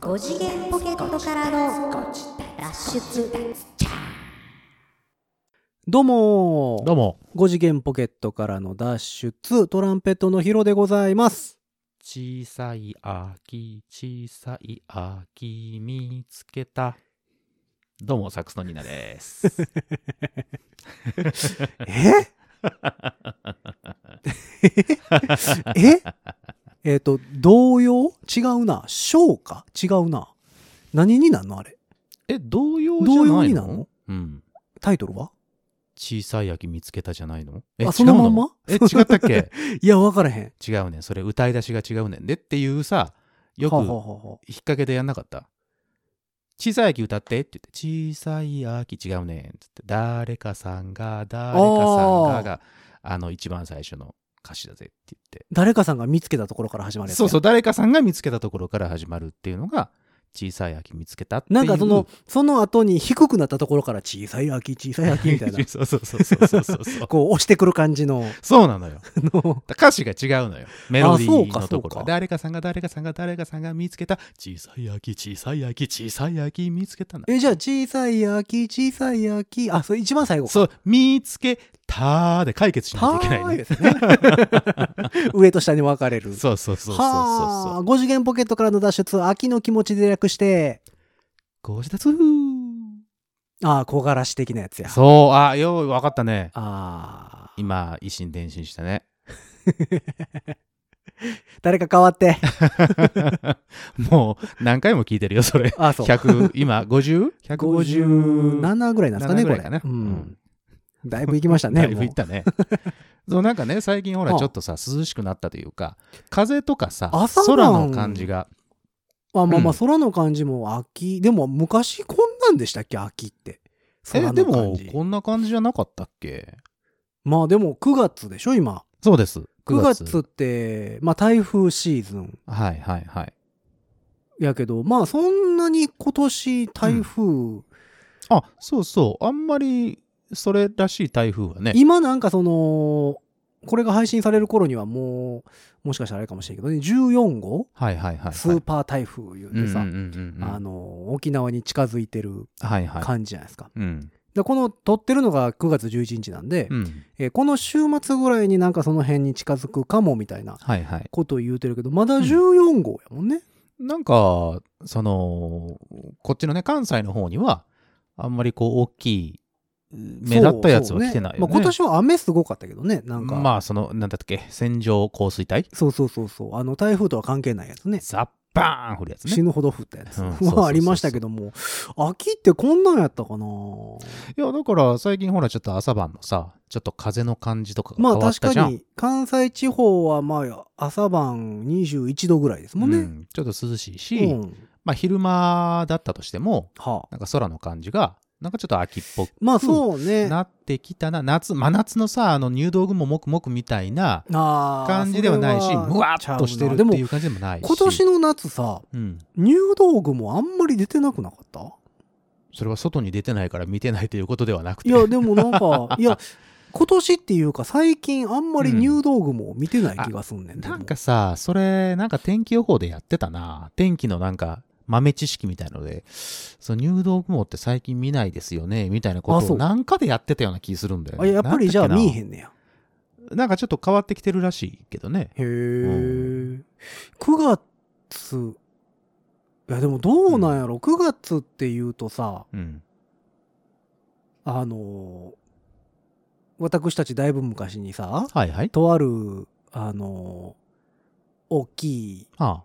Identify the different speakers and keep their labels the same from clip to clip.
Speaker 1: 5次元ポケットからの脱出
Speaker 2: どうも
Speaker 3: どうも。
Speaker 2: 5次元ポケットからの脱出トランペットのヒロでございます
Speaker 3: 小さい秋、小さい秋見つけた。どうも、サックスのニーナです。
Speaker 2: え ええっと童謡違うな唱歌違うな何になんのあれ
Speaker 3: え、童謡じゃないの
Speaker 2: 童謡になの
Speaker 3: うん。
Speaker 2: タイトルは
Speaker 3: 小さい秋見つけたじゃないのえ、
Speaker 2: あそのまん
Speaker 3: 違う
Speaker 2: ま
Speaker 3: え、違ったっけ
Speaker 2: いや分からへん
Speaker 3: 違うねん。それ歌い出しが違うねんでっていうさ、よく
Speaker 2: はあ
Speaker 3: 引
Speaker 2: はあ
Speaker 3: っ
Speaker 2: はあはあ
Speaker 3: 掛けでやんなかった。小さい秋歌ってって言って、小さい秋違うねんっつって、誰かさんが、誰かさんがが、あの、一番最初の歌詞だぜって言って。
Speaker 2: 誰かさんが見つけたところから始まるやつ
Speaker 3: そうそうう誰かさんが見つけたところから始まるっていうのが小さい秋見つけたっていう
Speaker 2: なんかそのその後に低くなったところから小さい秋小さい秋み たいな
Speaker 3: そうそうそうそうそうそうそう
Speaker 2: こう押してくる感じの
Speaker 3: そう なのよ
Speaker 2: あの
Speaker 3: 歌詞が違うのよメロディ
Speaker 2: そう
Speaker 3: ー
Speaker 2: か
Speaker 3: のと
Speaker 2: そう
Speaker 3: ころ
Speaker 2: か
Speaker 3: が誰かさんが誰かさんが誰かさんが見つけた小さい秋小さい秋小さい秋見つけたな
Speaker 2: えじゃあ小さい秋小さい秋あそれ一番最後か
Speaker 3: そう見つけたで解決しないといけない
Speaker 2: はーい
Speaker 3: ね
Speaker 2: ですね上と下に分かれる
Speaker 3: そうそうそうそうそう
Speaker 2: は
Speaker 3: そ
Speaker 2: あ
Speaker 3: う
Speaker 2: 5次元ポケットからの脱出秋の気持ちで略して
Speaker 3: ご自立
Speaker 2: ああ木枯らし的なやつや
Speaker 3: そうあよう分かったね
Speaker 2: ああ
Speaker 3: 今一心伝心したね
Speaker 2: 誰か変わ って
Speaker 3: もう何回も聞いてるよそれ
Speaker 2: ああそう
Speaker 3: 100今 50?150
Speaker 2: 57ぐらいなんですかね
Speaker 3: 7
Speaker 2: こ
Speaker 3: ぐら
Speaker 2: れ
Speaker 3: いかな
Speaker 2: う
Speaker 3: うんん、
Speaker 2: だいぶ行きましたね
Speaker 3: だいぶいったねそうなんかね最近ほ
Speaker 2: あ
Speaker 3: ら
Speaker 2: あ
Speaker 3: ちょっとさ涼しくなったというか風とかさ
Speaker 2: 朝晩
Speaker 3: 空の感じが
Speaker 2: もうあまあまあ
Speaker 3: うん
Speaker 2: 空の感じも秋、でも昔こんなんでしたっけ秋って空
Speaker 3: え
Speaker 2: の感じ
Speaker 3: でもこんな感じじゃなかったっけ
Speaker 2: まあでも9月でしょ今
Speaker 3: そうです
Speaker 2: 9月ってまあ台風シーズン
Speaker 3: はいはいはい
Speaker 2: やけどまあそんなに今年台風、
Speaker 3: あそうそうあんまりそれらしい台風はね
Speaker 2: 今なんかそのこれが配信される頃にはもうもしかしたらあれかもしれんけどね14号
Speaker 3: はいはいはいはい
Speaker 2: スーパー台風言うてさ、
Speaker 3: うんうんうんうん
Speaker 2: あの沖縄に近づいてる
Speaker 3: はいはい
Speaker 2: 感じじゃないですか、
Speaker 3: うん
Speaker 2: でこの撮ってるのが9月11日なんで、
Speaker 3: うん
Speaker 2: えーこの週末ぐらいになんかその辺に近づくかもみたいな
Speaker 3: はいはい
Speaker 2: ことを言うてるけどまだ14号やもんね、
Speaker 3: なんか、その、こっちのね、関西の方には、あんまりこう、大きい、目立ったやつは来てない
Speaker 2: そうそうね
Speaker 3: よね。
Speaker 2: まあ、今年は雨すごかったけどねなんか、
Speaker 3: まあ、その、なんだっけ、線状降水帯
Speaker 2: そうそうそうそうあの台風とは関係ないやつね
Speaker 3: ザッバーン降るやつ
Speaker 2: 死
Speaker 3: ね。
Speaker 2: ぬほど降ったやつ
Speaker 3: うんそうそうそうそ
Speaker 2: は
Speaker 3: う
Speaker 2: ありましたけども秋ってこんなんやったかない
Speaker 3: や、だから、最近ほら、ちょっと朝晩のさ、ちょっと風の感じとかが
Speaker 2: ま
Speaker 3: 変
Speaker 2: あ
Speaker 3: わっ
Speaker 2: 確
Speaker 3: たじゃ
Speaker 2: か
Speaker 3: ん。
Speaker 2: に関西地方はまあ朝晩21度ぐらいですもん
Speaker 3: う
Speaker 2: ね、
Speaker 3: んちょっと涼しい
Speaker 2: うん
Speaker 3: し、まあ、昼間だったとしても、
Speaker 2: はあ
Speaker 3: なんか空の感じが、なんかちょっと秋っぽく
Speaker 2: まあそうね、
Speaker 3: なってきたな。夏、真夏のさ、あの、入道雲もくもくみたいな
Speaker 2: あー
Speaker 3: 感じではない
Speaker 2: そ
Speaker 3: し、
Speaker 2: れは
Speaker 3: むわっとしてるっ
Speaker 2: ちゃうな
Speaker 3: てい
Speaker 2: でも
Speaker 3: う感じでもないし。
Speaker 2: 今年の夏さ
Speaker 3: うん、
Speaker 2: 入道雲あんまり出てなくなかった
Speaker 3: それは外に出てないから見てないということではなくて
Speaker 2: いやでもなん かいや今年っていうか最近あんまり入道雲を見てない気がすんねん、でも
Speaker 3: なんかさそれなんか天気予報でやってたな天気のなんか豆知識みたいのでその入道雲って最近見ないですよねみたいなこ
Speaker 2: あ
Speaker 3: と
Speaker 2: そう
Speaker 3: をなんかでやってたような気するんだよ
Speaker 2: あ
Speaker 3: ね
Speaker 2: やっぱりじゃあ見えへ
Speaker 3: ん
Speaker 2: んねや
Speaker 3: なんかちょっと変わってきてるらしいけどね
Speaker 2: へえ、
Speaker 3: う
Speaker 2: 9月いやでもどうなんやろ、9月っていうとさ
Speaker 3: うん
Speaker 2: あのー私たちだいぶ昔にさ
Speaker 3: はいはい
Speaker 2: とあるあのー大きい
Speaker 3: ああ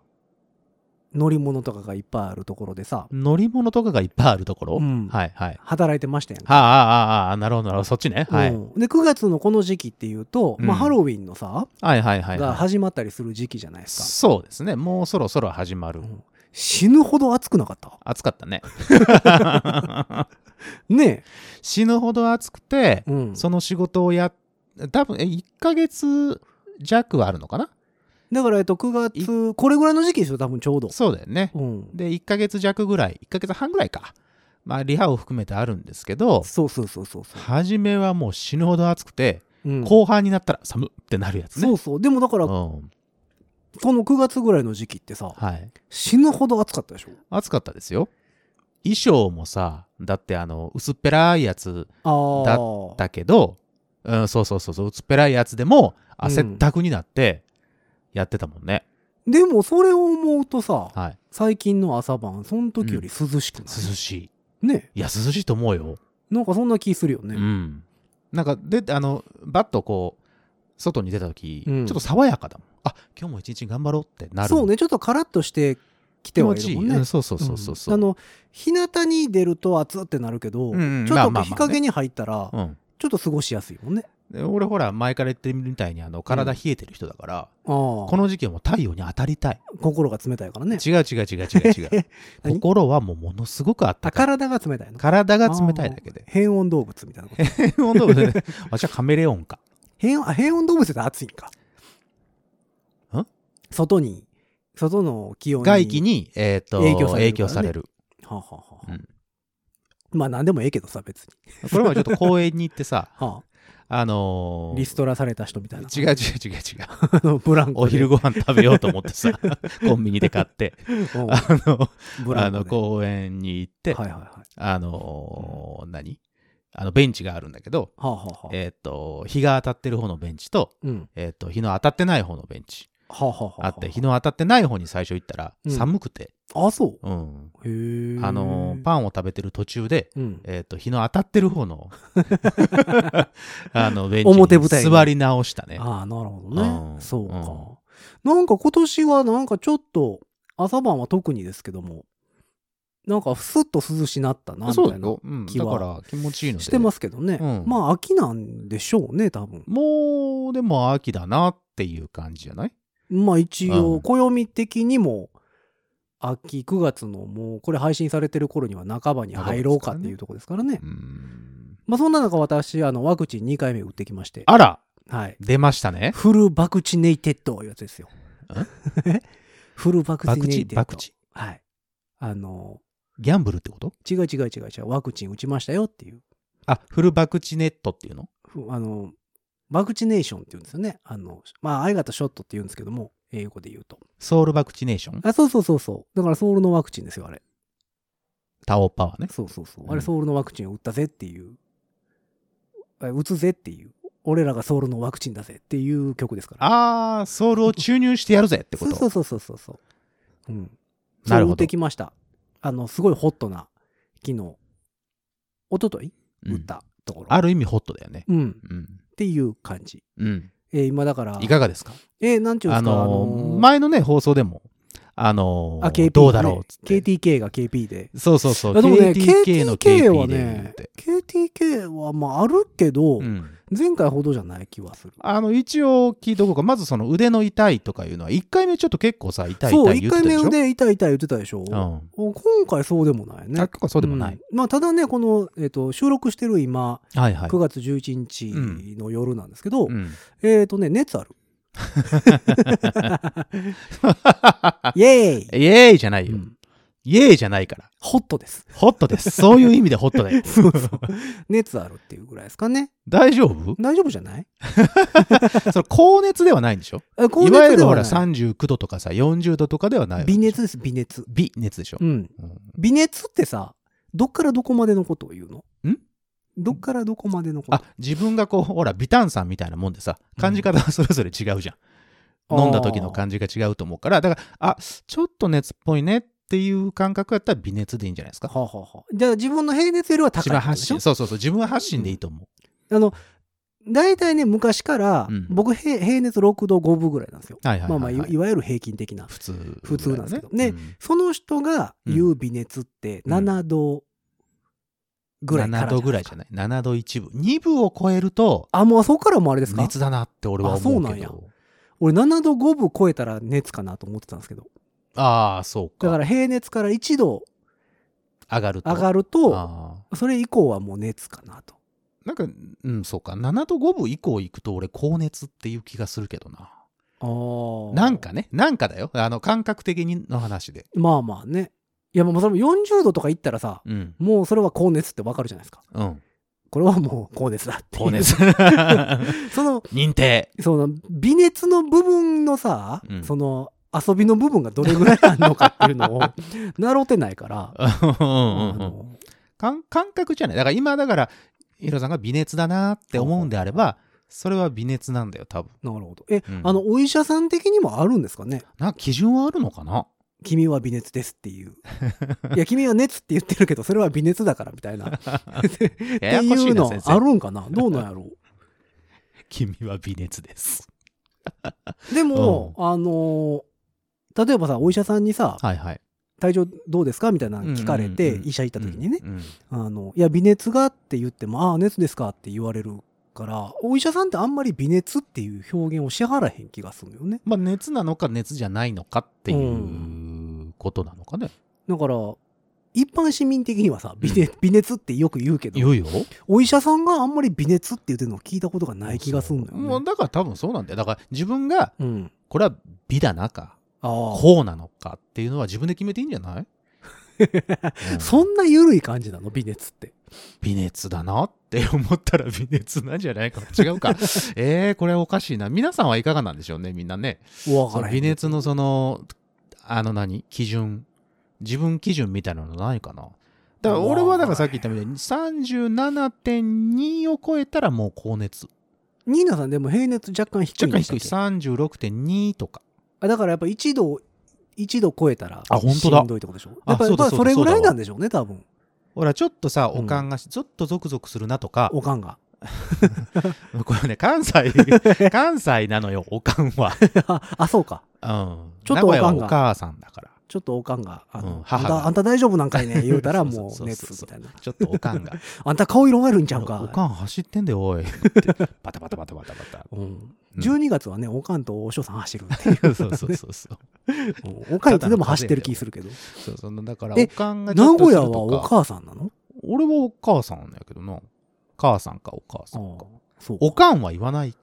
Speaker 2: 乗り物とかがいっぱいあるところでさ、
Speaker 3: 乗り物とかがいっぱいあるところ、
Speaker 2: うん
Speaker 3: はいはい
Speaker 2: 働いてましたやんか
Speaker 3: はあああああなるほどなるほどそっちね、はい
Speaker 2: うんで9月のこの時期っていうと、まあ、
Speaker 3: うん
Speaker 2: ハロウィンのさ、
Speaker 3: はいはいはい
Speaker 2: が
Speaker 3: はい
Speaker 2: 始まったりする時期じゃないです
Speaker 3: そうですねもうそろそろ始まる、
Speaker 2: か、うん死ぬほど暑くなかった
Speaker 3: 暑かったね
Speaker 2: ね
Speaker 3: 死ぬほど暑く
Speaker 2: え、
Speaker 3: て、
Speaker 2: うん、
Speaker 3: その仕事をや多分え1ヶ月弱はあるのかな
Speaker 2: だから、えっと、9月これぐらいの時期ですよ多分ちょうど、
Speaker 3: そうだよね
Speaker 2: うん、
Speaker 3: で1ヶ月弱ぐらい1ヶ月半ぐらいかまあリハを含めてあるんですけど
Speaker 2: そうそうそうそうそう、
Speaker 3: 初めはもう死ぬほど暑くて、
Speaker 2: うん
Speaker 3: 後半になったら寒ってなるやつね
Speaker 2: そうそうでもだから
Speaker 3: うん
Speaker 2: この9月ぐらいの時期ってさ、
Speaker 3: はい。
Speaker 2: 死ぬほど暑かったでしょ
Speaker 3: 暑かったですよ。衣装もさ、だってあの、薄っぺらいやつだ
Speaker 2: ああ。
Speaker 3: だけど、うん、そうそうそうそう、薄っぺらいやつでも汗ったくになってやってたもんね。
Speaker 2: でもそれを思うとさ、
Speaker 3: はい。
Speaker 2: 最近の朝晩、その時より涼しくない、
Speaker 3: 涼しい。
Speaker 2: ね
Speaker 3: いや、涼しいと思うよ。
Speaker 2: なんかそんな気するよ
Speaker 3: う
Speaker 2: ね。
Speaker 3: ん。なんか、で、あの、バッとこう、外に出た時、
Speaker 2: うん
Speaker 3: ちょっと爽やかだもん。あ、今日も一日頑張ろうってなる。
Speaker 2: そうね、ちょっとカラッとしてきて
Speaker 3: 気
Speaker 2: は
Speaker 3: 持
Speaker 2: い
Speaker 3: ちい
Speaker 2: る
Speaker 3: い。
Speaker 2: もんね。
Speaker 3: うんそうそうそうそうそ
Speaker 2: んあ
Speaker 3: う。
Speaker 2: の、日向に出ると暑ってなるけど、
Speaker 3: うんうん
Speaker 2: ちょ
Speaker 3: ま
Speaker 2: っ
Speaker 3: あ
Speaker 2: と
Speaker 3: まあまあね
Speaker 2: 日陰に入ったら、
Speaker 3: うん
Speaker 2: ちょっと過ごしやすいもんね。
Speaker 3: で俺ほら前から言ってるみたいにあの体冷えてる人だから、
Speaker 2: ああ
Speaker 3: この時期はもう太陽に当たりたい、
Speaker 2: 心が冷たいからね。
Speaker 3: 違う違う違う違う違う
Speaker 2: 何
Speaker 3: 心はもうものすごくあった
Speaker 2: あ
Speaker 3: かい
Speaker 2: 体が冷たいの。
Speaker 3: 体が冷たいだけで
Speaker 2: 変温動物みたいなこと。
Speaker 3: 変温動物ね私はカメレオンか
Speaker 2: 変温あ変温動物って暑いんか。
Speaker 3: ん
Speaker 2: 外に、外の気温に。
Speaker 3: 外気。に、えーと
Speaker 2: 影響されるからね
Speaker 3: 影響される
Speaker 2: はあ、はあはあ
Speaker 3: うん
Speaker 2: まあ何でもええけどさ、別に。
Speaker 3: これまでちょっと公園に行っ てさ
Speaker 2: は
Speaker 3: あの
Speaker 2: あ、
Speaker 3: ー
Speaker 2: リストラされた人みたいな。
Speaker 3: 違う違う違う違う
Speaker 2: あのブランコで。
Speaker 3: お昼ご飯食べようと思って さコンビニで買って
Speaker 2: うん
Speaker 3: あの
Speaker 2: ブラ
Speaker 3: あ
Speaker 2: ンコ
Speaker 3: の
Speaker 2: で
Speaker 3: 公園に行って、
Speaker 2: はいはいはい。は
Speaker 3: あのー何あのベンチがあるんだけど
Speaker 2: あ、はあはあ、
Speaker 3: えーっ、と、日が当たってる方のベンチと、
Speaker 2: うん。
Speaker 3: えーっ、と、日の当たってない方のベンチ
Speaker 2: はあ、はあはあ、
Speaker 3: あって、日の当たってない方に最初行ったら、
Speaker 2: うん
Speaker 3: 寒くて、
Speaker 2: あ、そう。
Speaker 3: うん。
Speaker 2: へー
Speaker 3: あのー、パンを食べてる途中で、
Speaker 2: うん。
Speaker 3: えーっ、と、日の当たってる方 の、あの、ベンチ
Speaker 2: 表舞台
Speaker 3: に
Speaker 2: に
Speaker 3: 座り直したね。
Speaker 2: ああ、なるほどね。
Speaker 3: うん
Speaker 2: そうか。なんか今年はなんかちょっと、朝晩は特にですけども、なんかスッと涼しなったな、みた
Speaker 3: そうだ
Speaker 2: いな
Speaker 3: よ。うん。
Speaker 2: 気
Speaker 3: だ
Speaker 2: は
Speaker 3: から気持ちいいので。
Speaker 2: してますけどね。
Speaker 3: うん
Speaker 2: まあ秋なんでしょうね、多分。
Speaker 3: もう、でも秋だなっていう感じじゃない
Speaker 2: まあ一
Speaker 3: うん
Speaker 2: 応、暦的にも、秋9月のもうこれ配信されてる頃には半ばに入ろうかっていうとこですからね
Speaker 3: う。ん。
Speaker 2: まあそんな中私、あのワクチン2回目打ってきまして。
Speaker 3: あら、
Speaker 2: はい。
Speaker 3: 出ましたね。
Speaker 2: フルバクチネイテッドいうやつですよ。 フルバク
Speaker 3: バ
Speaker 2: チ
Speaker 3: ク
Speaker 2: ネ
Speaker 3: チ、
Speaker 2: イテッド。
Speaker 3: バクチ。
Speaker 2: はい。あの、
Speaker 3: ギャンブルってこと
Speaker 2: 違う違う違う違う、ワクチン打ちましたよっていう。
Speaker 3: あ、フルバクチネットっていうの
Speaker 2: ふあの、バクチネーションって言うんですよね。あの、まあ、相方ショットって言うんですけども、英語で言うと。
Speaker 3: ソウルバクチネーション
Speaker 2: あ、そうそうそうそう。だからソウルのワクチンですよ、あれ。
Speaker 3: タオパワーね。
Speaker 2: そうそうそう。
Speaker 3: うん
Speaker 2: あれソウルのワクチンを打ったぜっていう。あ打つぜっていう。俺らがソウルのワクチンだぜっていう曲ですから。
Speaker 3: あー、ソウルを注入してやるぜってこ
Speaker 2: そう
Speaker 3: と。
Speaker 2: そうそうそうそうそう。うん。
Speaker 3: なる
Speaker 2: そう打っ
Speaker 3: ほど
Speaker 2: て。きました。あの、すごいホットな、昨日、一昨日
Speaker 3: うん
Speaker 2: 打ったところ。
Speaker 3: ある意味ホットだよね。
Speaker 2: うん。っ
Speaker 3: うん。
Speaker 2: ていう感じ。
Speaker 3: うん。
Speaker 2: えー今だから、
Speaker 3: いかがですか
Speaker 2: えーなんちゅうんで
Speaker 3: あ
Speaker 2: すか、あ
Speaker 3: の
Speaker 2: の
Speaker 3: ー
Speaker 2: ー
Speaker 3: 前のね、放送でも、あのー
Speaker 2: あ KP ね
Speaker 3: どうだろうっつって。
Speaker 2: KTK が KP で。
Speaker 3: そうそうそう。
Speaker 2: あでもね、
Speaker 3: KTK の
Speaker 2: KTK は
Speaker 3: KP で言
Speaker 2: ね
Speaker 3: って。、
Speaker 2: KTK はまああるけど、
Speaker 3: うん。
Speaker 2: 前回ほどじゃない気はする。
Speaker 3: あの、一応聞いとこうか。まずその腕の痛いとかいうのは、1回目ちょっと結構さ、痛い
Speaker 2: そう、
Speaker 3: 痛
Speaker 2: 1
Speaker 3: い言って
Speaker 2: 回
Speaker 3: たで
Speaker 2: 目
Speaker 3: しょ
Speaker 2: 腕痛い痛い言ってたでしょ。
Speaker 3: うん。
Speaker 2: お今回そうでもないね
Speaker 3: あ。結構そうでもない。
Speaker 2: うんまあ、ただね、この、えっと収録してる今、
Speaker 3: はいはい
Speaker 2: 9。月11日の夜なんですけど、
Speaker 3: うん。
Speaker 2: えっ、ー、とね、熱ある。 イエーイ、
Speaker 3: イエーイじゃないうよ。
Speaker 2: ん
Speaker 3: イエーイじゃないから。
Speaker 2: ホットです。
Speaker 3: ホットです。そういう意味でホッ トだよ。
Speaker 2: 熱あるっていうぐらいですかね。
Speaker 3: 大丈夫
Speaker 2: 大丈夫じゃない
Speaker 3: それ高熱ではないんでしょ
Speaker 2: あ高
Speaker 3: いわ
Speaker 2: 熱
Speaker 3: ゆ
Speaker 2: で
Speaker 3: るほ
Speaker 2: は
Speaker 3: ら
Speaker 2: ない。
Speaker 3: 39度とかさ40度とかではないわけ
Speaker 2: 微熱です、微熱。
Speaker 3: 微熱でしょ、
Speaker 2: うん。
Speaker 3: うん
Speaker 2: 微熱ってさ、どっからどこまでのことを言うの
Speaker 3: ん
Speaker 2: どっからどこまでのこと
Speaker 3: あ自分がこうほら微炭酸みたいなもんでさ感じ方はそれぞれ違うじゃん、
Speaker 2: うん
Speaker 3: 飲んだ時の感じが違うと思うからだからあちょっと熱っぽいねっていう感覚やったら微熱でいいんじゃないですか
Speaker 2: はあ、はあはあ、じゃあ自分の平熱よりは
Speaker 3: 自
Speaker 2: 高い
Speaker 3: 分
Speaker 2: ってことで
Speaker 3: 発
Speaker 2: しょ
Speaker 3: 信そうそうそう自分発信でいいと思
Speaker 2: あの、大体ね、昔から、
Speaker 3: うん
Speaker 2: 僕平、平熱6度5分ぐらいなんですよ。
Speaker 3: う、はいはい
Speaker 2: ま
Speaker 3: は
Speaker 2: あ
Speaker 3: い,、
Speaker 2: まあ、いいわゆる平均的な。
Speaker 3: 普通
Speaker 2: 普通なんですけど
Speaker 3: ぐらいだ
Speaker 2: その人が言う微熱って
Speaker 3: うん
Speaker 2: 7度ぐらいから
Speaker 3: 7度ぐらいじ
Speaker 2: ゃ
Speaker 3: ゃ
Speaker 2: ない
Speaker 3: ない7度1分2分を超えると
Speaker 2: あ、もうそこからもあれですか
Speaker 3: 熱だなって俺は思う
Speaker 2: あそうな
Speaker 3: け
Speaker 2: んや
Speaker 3: ど
Speaker 2: 俺7度5分超えたら熱かなと思ってたんですけど。
Speaker 3: ああそうか
Speaker 2: だから平熱から1度
Speaker 3: 上がると
Speaker 2: 上がる
Speaker 3: あ
Speaker 2: と、
Speaker 3: あ
Speaker 2: それ以降はもう熱かなと。
Speaker 3: なんか、うん、そうか。7度5分以降行くと俺、高熱っていう気がするけどな。
Speaker 2: あ
Speaker 3: なん。かね、なんかだよ。あの、感覚的にの話で。
Speaker 2: まあまあね。いや、もうそれも40度とかいったらさ、
Speaker 3: うん。
Speaker 2: もうそれは高熱ってわかるじゃないですか。
Speaker 3: うん。
Speaker 2: これはもうこうですだっていう。
Speaker 3: 高 熱
Speaker 2: その
Speaker 3: 認定。
Speaker 2: その微熱の部分のさ、
Speaker 3: うん
Speaker 2: その遊びの部分がどれぐらいあるのかっていうの を習うてないから、
Speaker 3: うんうん
Speaker 2: あ
Speaker 3: うん
Speaker 2: の
Speaker 3: 感感覚じゃない。だから今、だから、ヒロさんが微熱だなって思うんであれば、それは微熱なんだよ、多分。
Speaker 2: なるほどえ、
Speaker 3: うん
Speaker 2: あのお医者さん的にもあるんですかね
Speaker 3: なんか基準はあるのかな
Speaker 2: 君は微熱ですっていういや君は熱って言ってるけどそれは微熱だからみたいなって
Speaker 3: ややこし
Speaker 2: い
Speaker 3: いうな、
Speaker 2: の
Speaker 3: 先生。
Speaker 2: あるんかなどうなんやろ
Speaker 3: 君は微熱です。
Speaker 2: うでも、あの例えばさお医者さんにさ
Speaker 3: はいはい。
Speaker 2: 「体調どうですか?」みたいなの聞かれ
Speaker 3: うん
Speaker 2: て
Speaker 3: うんうん
Speaker 2: 医者行った時にね
Speaker 3: うんうん
Speaker 2: あの、いや、微熱がって言っても、ああ、熱ですかって言われるから、お医者さんってあんまり微熱っていう表現をしはらへん気がするよね。
Speaker 3: まあ、熱なのか熱じゃないのかっていううことなのかね。
Speaker 2: だから、一般市民的にはさ、微熱微熱ってよく言うけ
Speaker 3: い
Speaker 2: ど、
Speaker 3: よいよ。
Speaker 2: お医者さんがあんまり微熱って言ってるのを聞いたことがない気がするんだ
Speaker 3: も
Speaker 2: よ
Speaker 3: う
Speaker 2: ね。
Speaker 3: だから多分そうなんだよ。だから自分が、
Speaker 2: うん。
Speaker 3: これは美だなか、
Speaker 2: ああ。
Speaker 3: こうなのかっていうのは自分で決めていいんじゃな い、うん
Speaker 2: そんな緩い感じなの微熱って。
Speaker 3: 微熱だなって思ったら微熱なんじゃないか違 うかえー、これおかしいな皆さんはいかがなんでしょうねみんなね
Speaker 2: わからへん。
Speaker 3: 微熱のそのあの何基準自分基準みたいなのないかなだから俺はだからさっき言ったみたいに37.2を超えたらもう高熱
Speaker 2: ニーナさんでも平熱若干低いん
Speaker 3: 若
Speaker 2: で
Speaker 3: 干
Speaker 2: した
Speaker 3: 低
Speaker 2: っ
Speaker 3: い
Speaker 2: け
Speaker 3: 36.2とか
Speaker 2: あだからやっぱ一度、一度超えたら、
Speaker 3: あ本当だ
Speaker 2: しんどいってことでしょ
Speaker 3: あ
Speaker 2: やっぱ
Speaker 3: そうだ
Speaker 2: まあ
Speaker 3: そうだ
Speaker 2: それぐら
Speaker 3: そ
Speaker 2: いう
Speaker 3: だ
Speaker 2: なんでしょうね、多分。
Speaker 3: ほらちょっとさ
Speaker 2: うん
Speaker 3: おかんがちょっとゾクゾクするなとか、
Speaker 2: おかんが。
Speaker 3: これね関西関西なのよおかんは、
Speaker 2: あ、あそうか。
Speaker 3: うん、
Speaker 2: ちょっとおかんが
Speaker 3: 名古屋はお母さんだから
Speaker 2: ちょっとおかんが、あの、
Speaker 3: うん母
Speaker 2: あん
Speaker 3: が
Speaker 2: たあんた大丈夫なんかい ね、言うたら
Speaker 3: そう
Speaker 2: も
Speaker 3: そううそう
Speaker 2: 熱
Speaker 3: そう
Speaker 2: みたいな。
Speaker 3: ちょっとおか んが
Speaker 2: あんた顔色悪いんちゃう
Speaker 3: お
Speaker 2: か。
Speaker 3: かん走ってんでおいバタバタバタバタバタ
Speaker 2: うん
Speaker 3: うん
Speaker 2: 12月はね、おかんとおしょさん走るっていう。
Speaker 3: そうそうそう そう
Speaker 2: うんおかんいつでも走ってる気するけど。
Speaker 3: そうそのだから
Speaker 2: え
Speaker 3: おかんがちょ
Speaker 2: 名
Speaker 3: っと
Speaker 2: 古
Speaker 3: する
Speaker 2: 屋
Speaker 3: と
Speaker 2: はお母さんなの
Speaker 3: 俺はお母さんなんやけどな母さんかお母さん
Speaker 2: あ
Speaker 3: か
Speaker 2: あそう
Speaker 3: おかんは言わない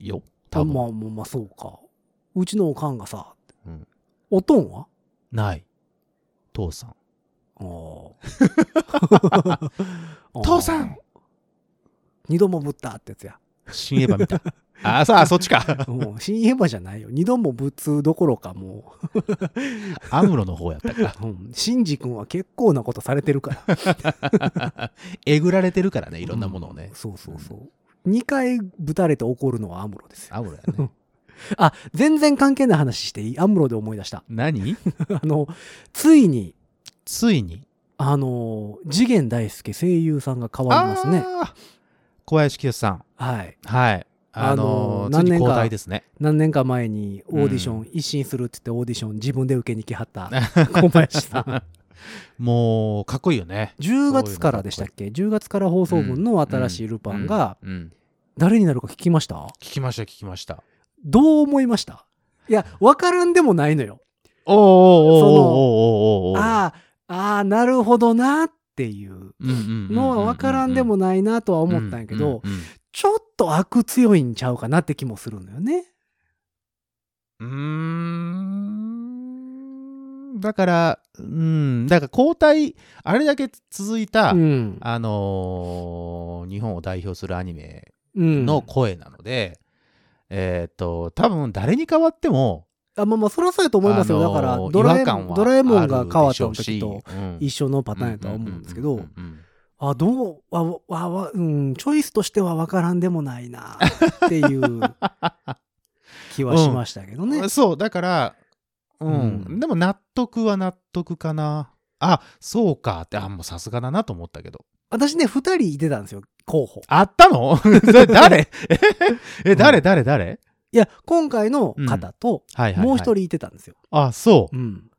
Speaker 3: よ多分、
Speaker 2: まあまあまあ、そうか。うちのおかんがさ、
Speaker 3: うん
Speaker 2: おとんは
Speaker 3: ない父さん
Speaker 2: あ あああ
Speaker 3: 父さん
Speaker 2: 二度もぶったってやつや。
Speaker 3: 新エヴァ 見たあさあそっちか
Speaker 2: もう、新エヴァじゃないよ。二度もぶつどころか、もう。
Speaker 3: アムロの方やったか
Speaker 2: うん、シンジ君は結構なことされてるから。
Speaker 3: えぐられてる からねいろんなものをね
Speaker 2: う、んそうそうそう。2回ぶたれて怒るのはアムロですよ。
Speaker 3: アムロや ね
Speaker 2: あ、全然関係ない話していいアムロで思い出した。
Speaker 3: 何
Speaker 2: あの、ついに、
Speaker 3: ついに
Speaker 2: あの、次元大介声優さんが変わりますね。
Speaker 3: あー小林清志さん
Speaker 2: はい。
Speaker 3: はいあのー
Speaker 2: あのー何
Speaker 3: ついに
Speaker 2: 年か
Speaker 3: 交代です ね
Speaker 2: 何年か前にオーディション、
Speaker 3: う
Speaker 2: 一新するって言ってオーディション自分で受けに来はった 小林さん。
Speaker 3: もうかっこいいよね。
Speaker 2: 10月からでしたっけ ?10 月から放送分の新しいルパンが
Speaker 3: うん、うん
Speaker 2: 誰になるか聞きました
Speaker 3: 聞きました聞きました。
Speaker 2: どう思いましたいや、わからんでもないのよ。
Speaker 3: おーおーおーおーおーおーおー
Speaker 2: ああ、ああ、なるほどなっていう
Speaker 3: うんうんうんうんうん
Speaker 2: のは分からんでもないなとは思ったんやけど、ちょっと悪強いんちゃうかなって気もするんだよね。
Speaker 3: うんうんうーんだからうんだから交代あれだけ続いた、
Speaker 2: うん。
Speaker 3: あのー日本を代表するアニメ
Speaker 2: うん
Speaker 3: の声なので、えーっと多分誰に変わっても
Speaker 2: あまあまあ、そりゃそうやと思いますよ。だから、ドラえドラえもんが変わった時と一
Speaker 3: 緒
Speaker 2: 緒のパターンやとは思うんですけど、
Speaker 3: うん
Speaker 2: あ、どう、あ、わ、わ、うん、チョイスとしては分からんでもないなっていう気はしましたけどね。
Speaker 3: そうだからうん、
Speaker 2: うん
Speaker 3: でも納得は納得かなあそうかってあもうさすがだなと思ったけど
Speaker 2: 私ね、二人いてたんですよ、候補。
Speaker 3: あったの それ誰ええ誰誰誰、
Speaker 2: いや、今回の方と、
Speaker 3: はいはい、はい、
Speaker 2: もう一人いてたんですよ。
Speaker 3: あそう
Speaker 2: うん。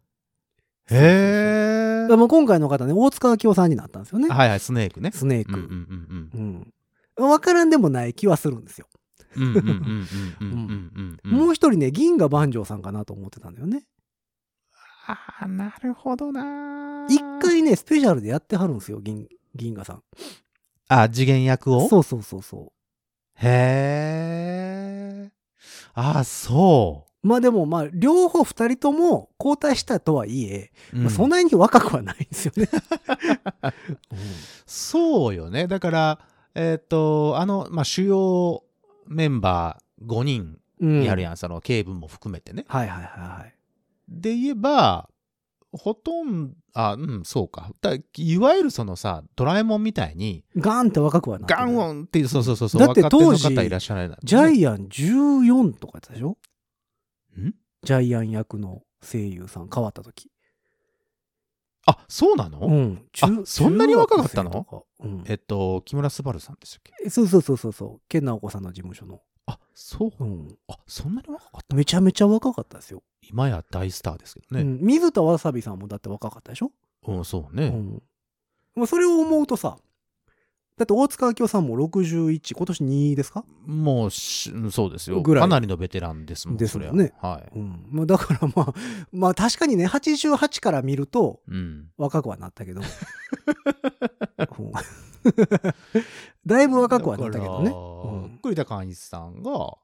Speaker 3: へえ
Speaker 2: でも今回の方ね、大塚明夫さんになったんですよね。
Speaker 3: はいはいスネークね
Speaker 2: スネー
Speaker 3: うんうん
Speaker 2: ク。うん。わ、からんでもない気はするんですよ。
Speaker 3: うんうんうんうんうんうんうんうん
Speaker 2: も
Speaker 3: うん
Speaker 2: う一人ね、銀河万丈さんかなと思ってたんだよね。
Speaker 3: あーなるほどなー
Speaker 2: 一回ね、スペシャルでやってはるんですよ、銀、銀河さん。
Speaker 3: あ次元役を
Speaker 2: そうそうそうそ
Speaker 3: へえあそう
Speaker 2: まあでもまあ、両方二人とも交代したとはいえ、
Speaker 3: うん
Speaker 2: まあそんなに若くはないんですよね。
Speaker 3: そうよね。だから、えっ、と、あの、まあ、主要メンバー5人
Speaker 2: うん
Speaker 3: やるやん、その、警部も含めてね。
Speaker 2: はいはいはいはい。
Speaker 3: で言えば、ほとんど、あ、うん、そうか。だいわゆるそのさ、ドラえもんみたいに、
Speaker 2: ガーンって若くはなってな
Speaker 3: ガ
Speaker 2: い
Speaker 3: ンオンっていう、そうそうそうそう、
Speaker 2: だって
Speaker 3: 若手の
Speaker 2: 当時
Speaker 3: 方いらっしゃらない。
Speaker 2: ジャイアン14とかやったでしょ
Speaker 3: ん
Speaker 2: ジャイアン役の声優さん変わった時。
Speaker 3: あ、そうなの、
Speaker 2: うん。10
Speaker 3: あそんなに若かったの
Speaker 2: 16生とかうん
Speaker 3: えっと、木村昴さんでしたっけ
Speaker 2: そうそうそうそうそう。ケンナオコさんの事務所の。
Speaker 3: あ、そう。
Speaker 2: うん。
Speaker 3: あ、そんなに若かった
Speaker 2: めちゃめちゃ若かったですよ。
Speaker 3: 今や大スターですけど
Speaker 2: う
Speaker 3: ね。
Speaker 2: ん、水田わさびさんもだって若かったでしょ、
Speaker 3: うん、そう
Speaker 2: う
Speaker 3: ね。
Speaker 2: ん、まあそれを思うとさ、だって大塚明夫さんも61、今年2ですか、
Speaker 3: もうし、うんそうですよ。
Speaker 2: ぐらい
Speaker 3: かなりのベテランですもん
Speaker 2: です
Speaker 3: そ
Speaker 2: も
Speaker 3: れ
Speaker 2: ん
Speaker 3: は
Speaker 2: ね
Speaker 3: はい。
Speaker 2: うんまあ、だからまあ、 まあ確かにね、88から見ると
Speaker 3: うん。
Speaker 2: 若くはなった けど。うん だいぶ若くはなったけどね。
Speaker 3: ね
Speaker 2: うん
Speaker 3: 栗田寛一さんが、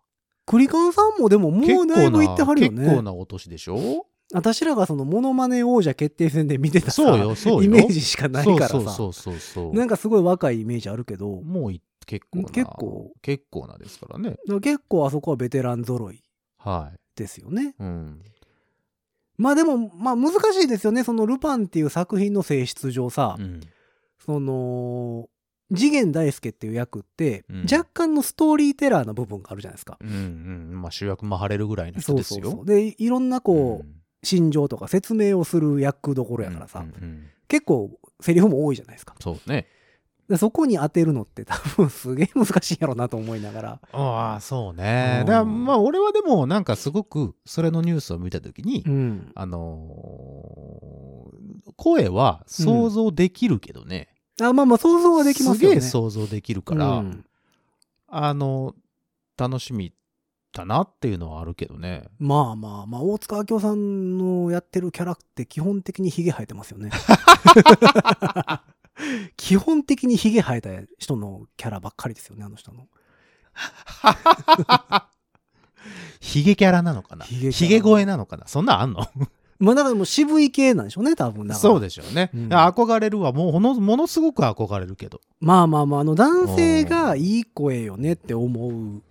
Speaker 2: 栗ンさんもでももうだいぶいってはるよ
Speaker 3: 結構
Speaker 2: ね。
Speaker 3: なお年で しょ
Speaker 2: 私らがそのモノマネ王者決定戦で見てたさ
Speaker 3: そうよ、そうよ。
Speaker 2: イメージしかないからさ。
Speaker 3: そうそうそうそうそう。
Speaker 2: なんかすごい若いイメージあるけど、
Speaker 3: もうい結構な。
Speaker 2: 結構。
Speaker 3: 結構なですからね。
Speaker 2: だから結構あそこはベテラン揃い
Speaker 3: は
Speaker 2: ですよね。
Speaker 3: い。うん。
Speaker 2: まあでも、まあ難しいですよね。そのルパンっていう作品の性質上さ、
Speaker 3: うん
Speaker 2: その、次元大介っていう役って、
Speaker 3: うん
Speaker 2: 若干のストーリーテラーな部分があるじゃないですか。
Speaker 3: うんうん。まあ主役も張れるぐらいの人ですよ。
Speaker 2: そうそうそう。で、いろんなこう、
Speaker 3: ん
Speaker 2: 心情とか説明をする役どころやからさ、
Speaker 3: うんうん
Speaker 2: 結構セリフも多いじゃないですか。
Speaker 3: そうね。
Speaker 2: でそこに当てるのって多分すげえ難しいんやろうなと思いながら。
Speaker 3: ああ、そうね。
Speaker 2: うん
Speaker 3: だからまあ、俺はでも、なんかすごく、それのニュースを見たときに、
Speaker 2: うん。
Speaker 3: あのー声は想像できるけどね。
Speaker 2: あまあまあ想像はできます
Speaker 3: す
Speaker 2: よ
Speaker 3: げ
Speaker 2: ね。
Speaker 3: え想像できるから、
Speaker 2: うん
Speaker 3: あの楽しみだなっていうのはあるけどね。
Speaker 2: まあまあまあ、大塚明夫さんのやってるキャラって基本的にヒゲ生えてます よね。基本的にヒゲ生えた人のキャラばっかりですよね、あの人の。
Speaker 3: ヒゲキャラなのかな
Speaker 2: ヒゲ
Speaker 3: ヒ
Speaker 2: キャ
Speaker 3: ゲ
Speaker 2: ラ
Speaker 3: 声なのかなそんなんあんの
Speaker 2: まあだからもう渋い系なんでしょうね、多分だから。
Speaker 3: そうでしょうね。
Speaker 2: うん
Speaker 3: 憧れるはもうほの、ものすごく憧れるけど。
Speaker 2: まあまあまあ、あの男性がいい声よねって思う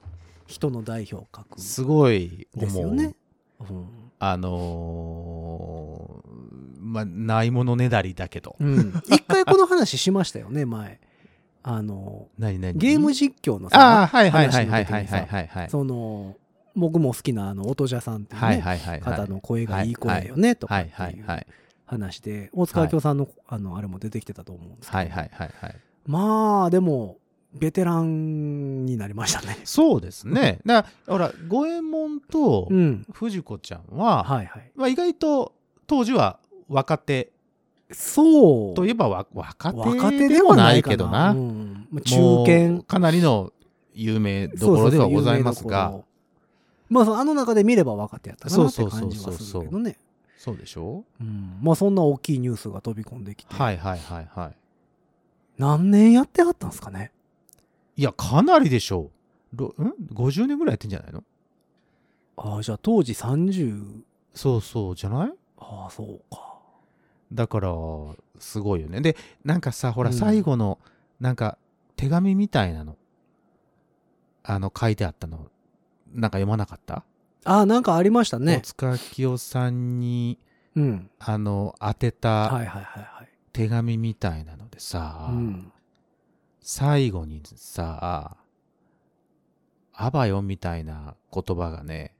Speaker 2: 人の代表格です
Speaker 3: すごい思う。
Speaker 2: よね。うん
Speaker 3: あのーまあ、ないものねだりだけど。
Speaker 2: うん一回この話しましたよね、前。あの、
Speaker 3: 何何
Speaker 2: ゲーム実況の
Speaker 3: ああ、
Speaker 2: さ、
Speaker 3: はいはいは
Speaker 2: 話
Speaker 3: い
Speaker 2: の
Speaker 3: はい
Speaker 2: 時
Speaker 3: はい
Speaker 2: に
Speaker 3: は
Speaker 2: さ
Speaker 3: い、はいはい。
Speaker 2: その、僕も好きなあの、音じゃさんっていうね、
Speaker 3: はいはいはいはい。
Speaker 2: 方の声がいい声よねとか
Speaker 3: は
Speaker 2: っ
Speaker 3: い
Speaker 2: て
Speaker 3: はいいうはい。
Speaker 2: 話で大塚明夫さんのあのあれも出てきてたと思うんですけど、
Speaker 3: はいはいはいはい。
Speaker 2: まあでもベテランになりましたね。
Speaker 3: そうですね。だから、ほら、五右衛門と
Speaker 2: うん、
Speaker 3: 藤子ちゃんは、
Speaker 2: はいはい。
Speaker 3: まあ、意外と当時は若手
Speaker 2: そう
Speaker 3: といえばわ若手
Speaker 2: 若手
Speaker 3: で
Speaker 2: で
Speaker 3: も
Speaker 2: は
Speaker 3: な
Speaker 2: ない
Speaker 3: い
Speaker 2: か
Speaker 3: け
Speaker 2: な
Speaker 3: どな。
Speaker 2: うんまあ
Speaker 3: も
Speaker 2: 中
Speaker 3: う
Speaker 2: 堅
Speaker 3: かなりの有名どころではございます
Speaker 2: そうそうそう有名ど
Speaker 3: が
Speaker 2: ころまあそうあの中で見れば分かってやったかなって
Speaker 3: そうそうそ
Speaker 2: 感
Speaker 3: う
Speaker 2: じ
Speaker 3: そ
Speaker 2: は
Speaker 3: う
Speaker 2: するけどね。
Speaker 3: そうでしょ
Speaker 2: うんまあそんな大きいニュースが飛び込んできて、
Speaker 3: はいはいはいは
Speaker 2: 何年やってはったんですかね
Speaker 3: いいやかなりでしょうろん50年ぐらいやってんじゃないの
Speaker 2: ああじゃあ当時30
Speaker 3: そうそうじゃない
Speaker 2: ああそうか。
Speaker 3: だからすごいよねでなんかさほら
Speaker 2: うん
Speaker 3: 最後のなんか手紙みたいなの、あの書いてあったのなんか読まなかった、
Speaker 2: ああなんかありました
Speaker 3: 大
Speaker 2: ね。
Speaker 3: 塚清さんに
Speaker 2: うん。
Speaker 3: あの当て
Speaker 2: は
Speaker 3: た
Speaker 2: いはいはいはい。
Speaker 3: 手紙みたいなのでさ、
Speaker 2: うん、
Speaker 3: 最後にさ「あばよ」みたいな言葉がね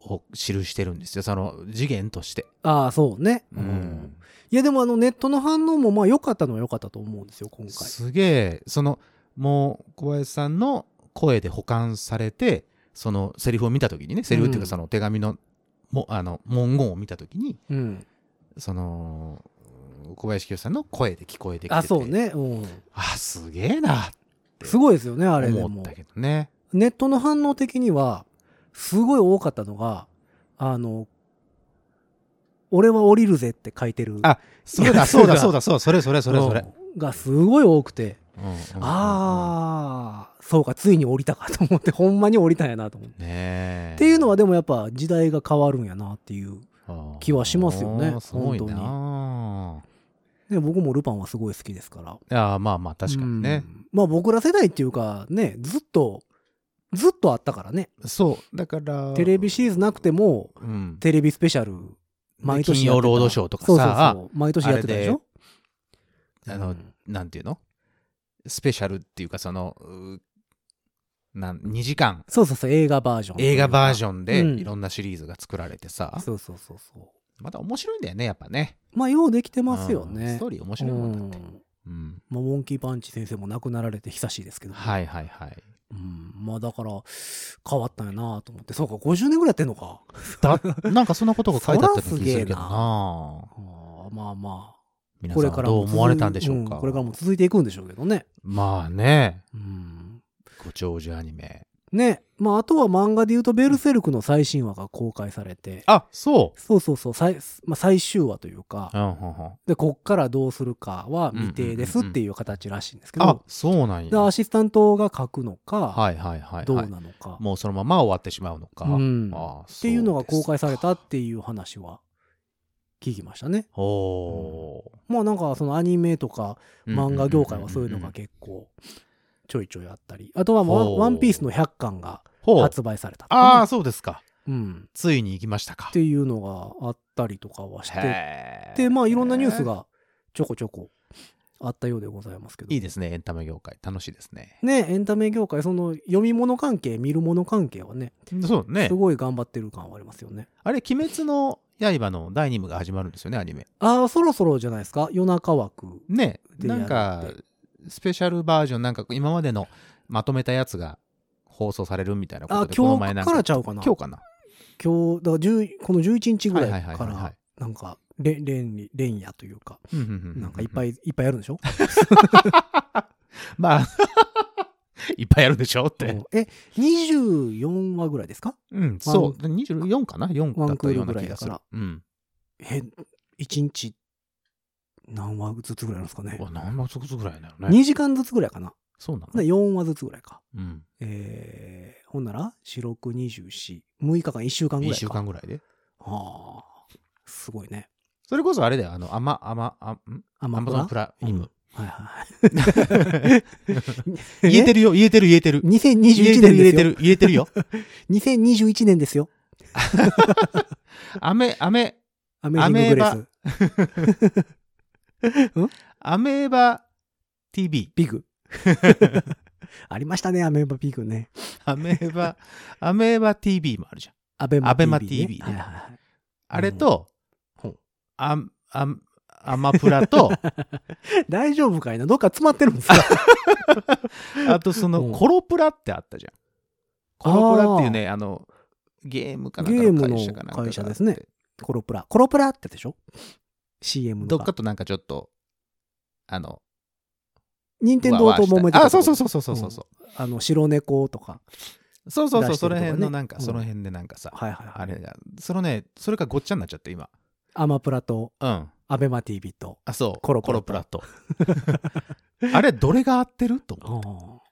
Speaker 3: を記してるんですよその次元として。
Speaker 2: ああそうね、
Speaker 3: うん
Speaker 2: いやでもあのネットの反応もまあ良かったのは良かったと思うんですよ今回
Speaker 3: すげえそのもう小林さんの声で保管されてそのセリフを見た時にねセリフっていう
Speaker 2: う
Speaker 3: か
Speaker 2: ん
Speaker 3: その手紙の,、もあの文言を見た時に
Speaker 2: うん
Speaker 3: その小林清さんの声で聞こえてきてて
Speaker 2: あそうね、うん、
Speaker 3: あすげえなって
Speaker 2: すごいですよねあれで
Speaker 3: 思っ
Speaker 2: も
Speaker 3: たけどね。
Speaker 2: ネットの反応的にはすごい多かったのがあの「俺は降りるぜ」って書いてる
Speaker 3: あそうだそうだそうだそうだそれそれそれそれ。
Speaker 2: うんがすごい多くて
Speaker 3: うんうんうんうん
Speaker 2: ああ、そうか、ついに降りたかと思って、ほんまに降りたんやなと思って。
Speaker 3: ねえ
Speaker 2: っていうのはでもやっぱ時代が変わるんやなっていう。気はしますよね
Speaker 3: あーすごいな
Speaker 2: ね、僕もルパンはすごい好きですから。
Speaker 3: あーまあまあ確かにね
Speaker 2: う、ん。まあ僕ら世代っていうかね、ずっと、ずっとあったからね。
Speaker 3: そうだから
Speaker 2: テレビシリーズなくても、
Speaker 3: うん、
Speaker 2: テレビスペシャル、毎年やってた
Speaker 3: 金曜ロードショーとかさ
Speaker 2: そうそうそう。毎年やってたでしょ
Speaker 3: あの、
Speaker 2: うん
Speaker 3: なんていうのスペシャルっていうかそのうなん2時間
Speaker 2: そうそうそう、映画バージョン。
Speaker 3: 映画バージ
Speaker 2: ョ
Speaker 3: ョンで
Speaker 2: うん
Speaker 3: いろんなシリーズが作られてさ、
Speaker 2: そうそうそうそう。
Speaker 3: また面白いんだよねやっぱね
Speaker 2: まあ、ようできてますよ
Speaker 3: うん
Speaker 2: ね
Speaker 3: ス。トーリー面
Speaker 2: う
Speaker 3: 白いもんだって、
Speaker 2: ん。
Speaker 3: うん、
Speaker 2: まあ、モンキーパンチ先生も亡くなられて久しいですけど。
Speaker 3: はいはいはい
Speaker 2: うん。まあ、だから、変わったんやなと思って。そうか、50年ぐらいやってんのか。
Speaker 3: だなんかそんなことが書いてあったような気
Speaker 2: そ
Speaker 3: がするけ
Speaker 2: らすげえ
Speaker 3: どな
Speaker 2: あーまあまあ。
Speaker 3: 皆
Speaker 2: こ
Speaker 3: さ
Speaker 2: れ
Speaker 3: ん
Speaker 2: か
Speaker 3: は
Speaker 2: らも
Speaker 3: どう
Speaker 2: 続い。
Speaker 3: 思われたんでしょうか、
Speaker 2: んこれからも続いていくんでしょうけどね。
Speaker 3: まあね
Speaker 2: うん。
Speaker 3: ご長寿アニメ
Speaker 2: ね。まあ、あとは漫画で言うと、ベルセルクの最新話が公開されて。
Speaker 3: あそう
Speaker 2: そうそうそう、最まあ、最終話というか、
Speaker 3: うんうんうん
Speaker 2: で、こっからどうするかは未定ですっていう形らしいんですけど、
Speaker 3: あそうなん
Speaker 2: で
Speaker 3: や
Speaker 2: ア
Speaker 3: はい
Speaker 2: シスタントが書くのか、
Speaker 3: はいはいはい
Speaker 2: どうなのか、
Speaker 3: もうそのまま終わってしまうのか、
Speaker 2: うん
Speaker 3: ああ
Speaker 2: っていうのが公開された
Speaker 3: そう
Speaker 2: っ
Speaker 3: ですか
Speaker 2: ていう話は聞きましたね。
Speaker 3: おお
Speaker 2: まあなんかそのアニメとか
Speaker 3: ー、
Speaker 2: 漫画業界はそういうのが結構ちょいちょいあったり、あとはワン
Speaker 3: ほう
Speaker 2: ワンピースの100巻が
Speaker 3: 構
Speaker 2: 発売されたとかね、
Speaker 3: ああそうですか
Speaker 2: うん、
Speaker 3: ついに行きましたか
Speaker 2: っていうのがあったりとかはして、
Speaker 3: へえ
Speaker 2: でまあいろんなニュースがちょこちょこあったようでございますけど。
Speaker 3: いいですねエンタメ業界楽しいですね
Speaker 2: ね、エンタメ業界、その読み物関係、見る物関係はね、
Speaker 3: そうね
Speaker 2: すごい頑張ってる感はありますよね。
Speaker 3: あれ「鬼滅の刃」の第2部が始まるんですよねアニメ
Speaker 2: ああ、そろそろじゃないですか、夜中枠。
Speaker 3: ね
Speaker 2: で
Speaker 3: なんか
Speaker 2: やる
Speaker 3: スペシャルバージョンなんか今までのまとめたやつが放送されるみたいなことで
Speaker 2: あ
Speaker 3: この前な
Speaker 2: 今
Speaker 3: ん
Speaker 2: 日からちゃうかな
Speaker 3: 今日かな
Speaker 2: 今日、だから10この11日ぐら
Speaker 3: はい
Speaker 2: い
Speaker 3: はい
Speaker 2: か
Speaker 3: はいはいは
Speaker 2: ら
Speaker 3: い、
Speaker 2: なんか、れん、れん、連夜というか、
Speaker 3: な
Speaker 2: なんかいっぱ
Speaker 3: い
Speaker 2: いいっぱいやるんでしょ
Speaker 3: まあ いっぱいやるでしょっ
Speaker 2: う
Speaker 3: て
Speaker 2: んえ、24話ぐらいですか
Speaker 3: うんそうで24かな4だったような気がする
Speaker 2: ワン
Speaker 3: うん
Speaker 2: え、1日、何話ずつぐらいなんですかね
Speaker 3: う。わ何万足ぐらいだよね
Speaker 2: 2時間ずつぐらいかな。
Speaker 3: そうなの
Speaker 2: 4話ずつぐらいか。
Speaker 3: うん
Speaker 2: えー、ほんなら、四六二十四、6日間、1週間ぐらい
Speaker 3: 1
Speaker 2: か。
Speaker 3: 週間ぐらいで
Speaker 2: はあ、すごいね。
Speaker 3: それこそあれだよあのアマアマアん
Speaker 2: ア
Speaker 3: アマゾンプライ ム
Speaker 2: はいはい。
Speaker 3: 言えてるよ言えてる言えてる
Speaker 2: 2021年
Speaker 3: 言
Speaker 2: で
Speaker 3: え
Speaker 2: す
Speaker 3: て
Speaker 2: よ。
Speaker 3: る言えてるよ
Speaker 2: 2021年ですよ。
Speaker 3: アメアメ
Speaker 2: アメージンググレス。
Speaker 3: アメーバ TV
Speaker 2: ピグ。 ありましたね、アメーバピグね。
Speaker 3: アメーバ、アメーバ TV もあるじゃん。
Speaker 2: アベマ TV、ね。
Speaker 3: アベマ TV ね
Speaker 2: はいはいはい。
Speaker 3: あれと、
Speaker 2: ほう
Speaker 3: アンアンアマプラと、
Speaker 2: 大丈夫かいなどっか詰まってるん ですか
Speaker 3: あとその
Speaker 2: うん
Speaker 3: コロプラってあったじゃん。コロプラっていうね、あの、ゲームかなんかの会社かなんかがあっ
Speaker 2: ゲームの会
Speaker 3: て
Speaker 2: 社ですね。コロプラ。コロプラってでしょ ?CM
Speaker 3: ど
Speaker 2: とか。
Speaker 3: っかとなんかちょっと、あの、
Speaker 2: 任天堂と揉めて
Speaker 3: あ、そうそう
Speaker 2: そ
Speaker 3: そうそうそうそう。
Speaker 2: う。あの、白猫とか。
Speaker 3: そうそうそう、
Speaker 2: 出して
Speaker 3: そ
Speaker 2: る
Speaker 3: の
Speaker 2: とこね
Speaker 3: 辺のなんか、
Speaker 2: うん
Speaker 3: その辺でなんかさ、
Speaker 2: はいはいはい。
Speaker 3: あれが、そのね、それがごっちゃになっちゃって、今。
Speaker 2: アマプラと
Speaker 3: うん。
Speaker 2: アベマ TV と。
Speaker 3: あ、そう。
Speaker 2: コロプラと
Speaker 3: プラと。あれ、どれが合ってると
Speaker 2: あ
Speaker 3: 思って。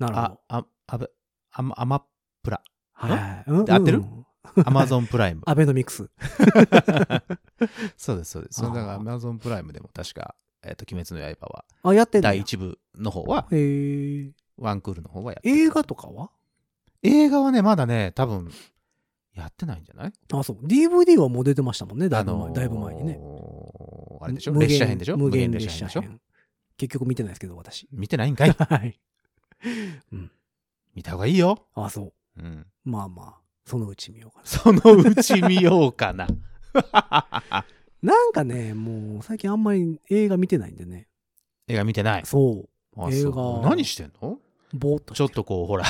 Speaker 2: ーなるほ
Speaker 3: あ
Speaker 2: ど、。
Speaker 3: あ、あぶ、あま、あま、
Speaker 2: はいはいうん。
Speaker 3: 合ってる
Speaker 2: うん
Speaker 3: アマゾンプライム。
Speaker 2: アベノミクス。
Speaker 3: そうです、そうです。そ
Speaker 2: あー
Speaker 3: れだから、アマゾンプライムでも確か、えっ、と、鬼滅の刃は、
Speaker 2: あ、やってんだ。
Speaker 3: 第1部の方は、
Speaker 2: えー、
Speaker 3: ワンクールの方はやってる
Speaker 2: 映画とかは
Speaker 3: 映画はね、まだね、多分、やってないんじゃない
Speaker 2: あ、そう。DVD はもう出てましたもんね、だいぶ前,、
Speaker 3: あのー
Speaker 2: だいぶ前にね。。
Speaker 3: あれでしょ
Speaker 2: 無限
Speaker 3: 列車編でしょ
Speaker 2: 無限列車
Speaker 3: 編
Speaker 2: 編
Speaker 3: でしょ
Speaker 2: 結局見てないですけど、私。
Speaker 3: 見てないんかい
Speaker 2: はい。
Speaker 3: 見た方がいいよ。
Speaker 2: あ、そう。
Speaker 3: うん。
Speaker 2: まあまあ、そのうち見ようか
Speaker 3: そのうち見ようかな。
Speaker 2: な。なんかね、もう最近あんまり映画見てないんでね。
Speaker 3: 映画見てない。
Speaker 2: そう。
Speaker 3: あそう
Speaker 2: 映画
Speaker 3: 何してんの
Speaker 2: ぼーっと
Speaker 3: ちょっとこう、ほら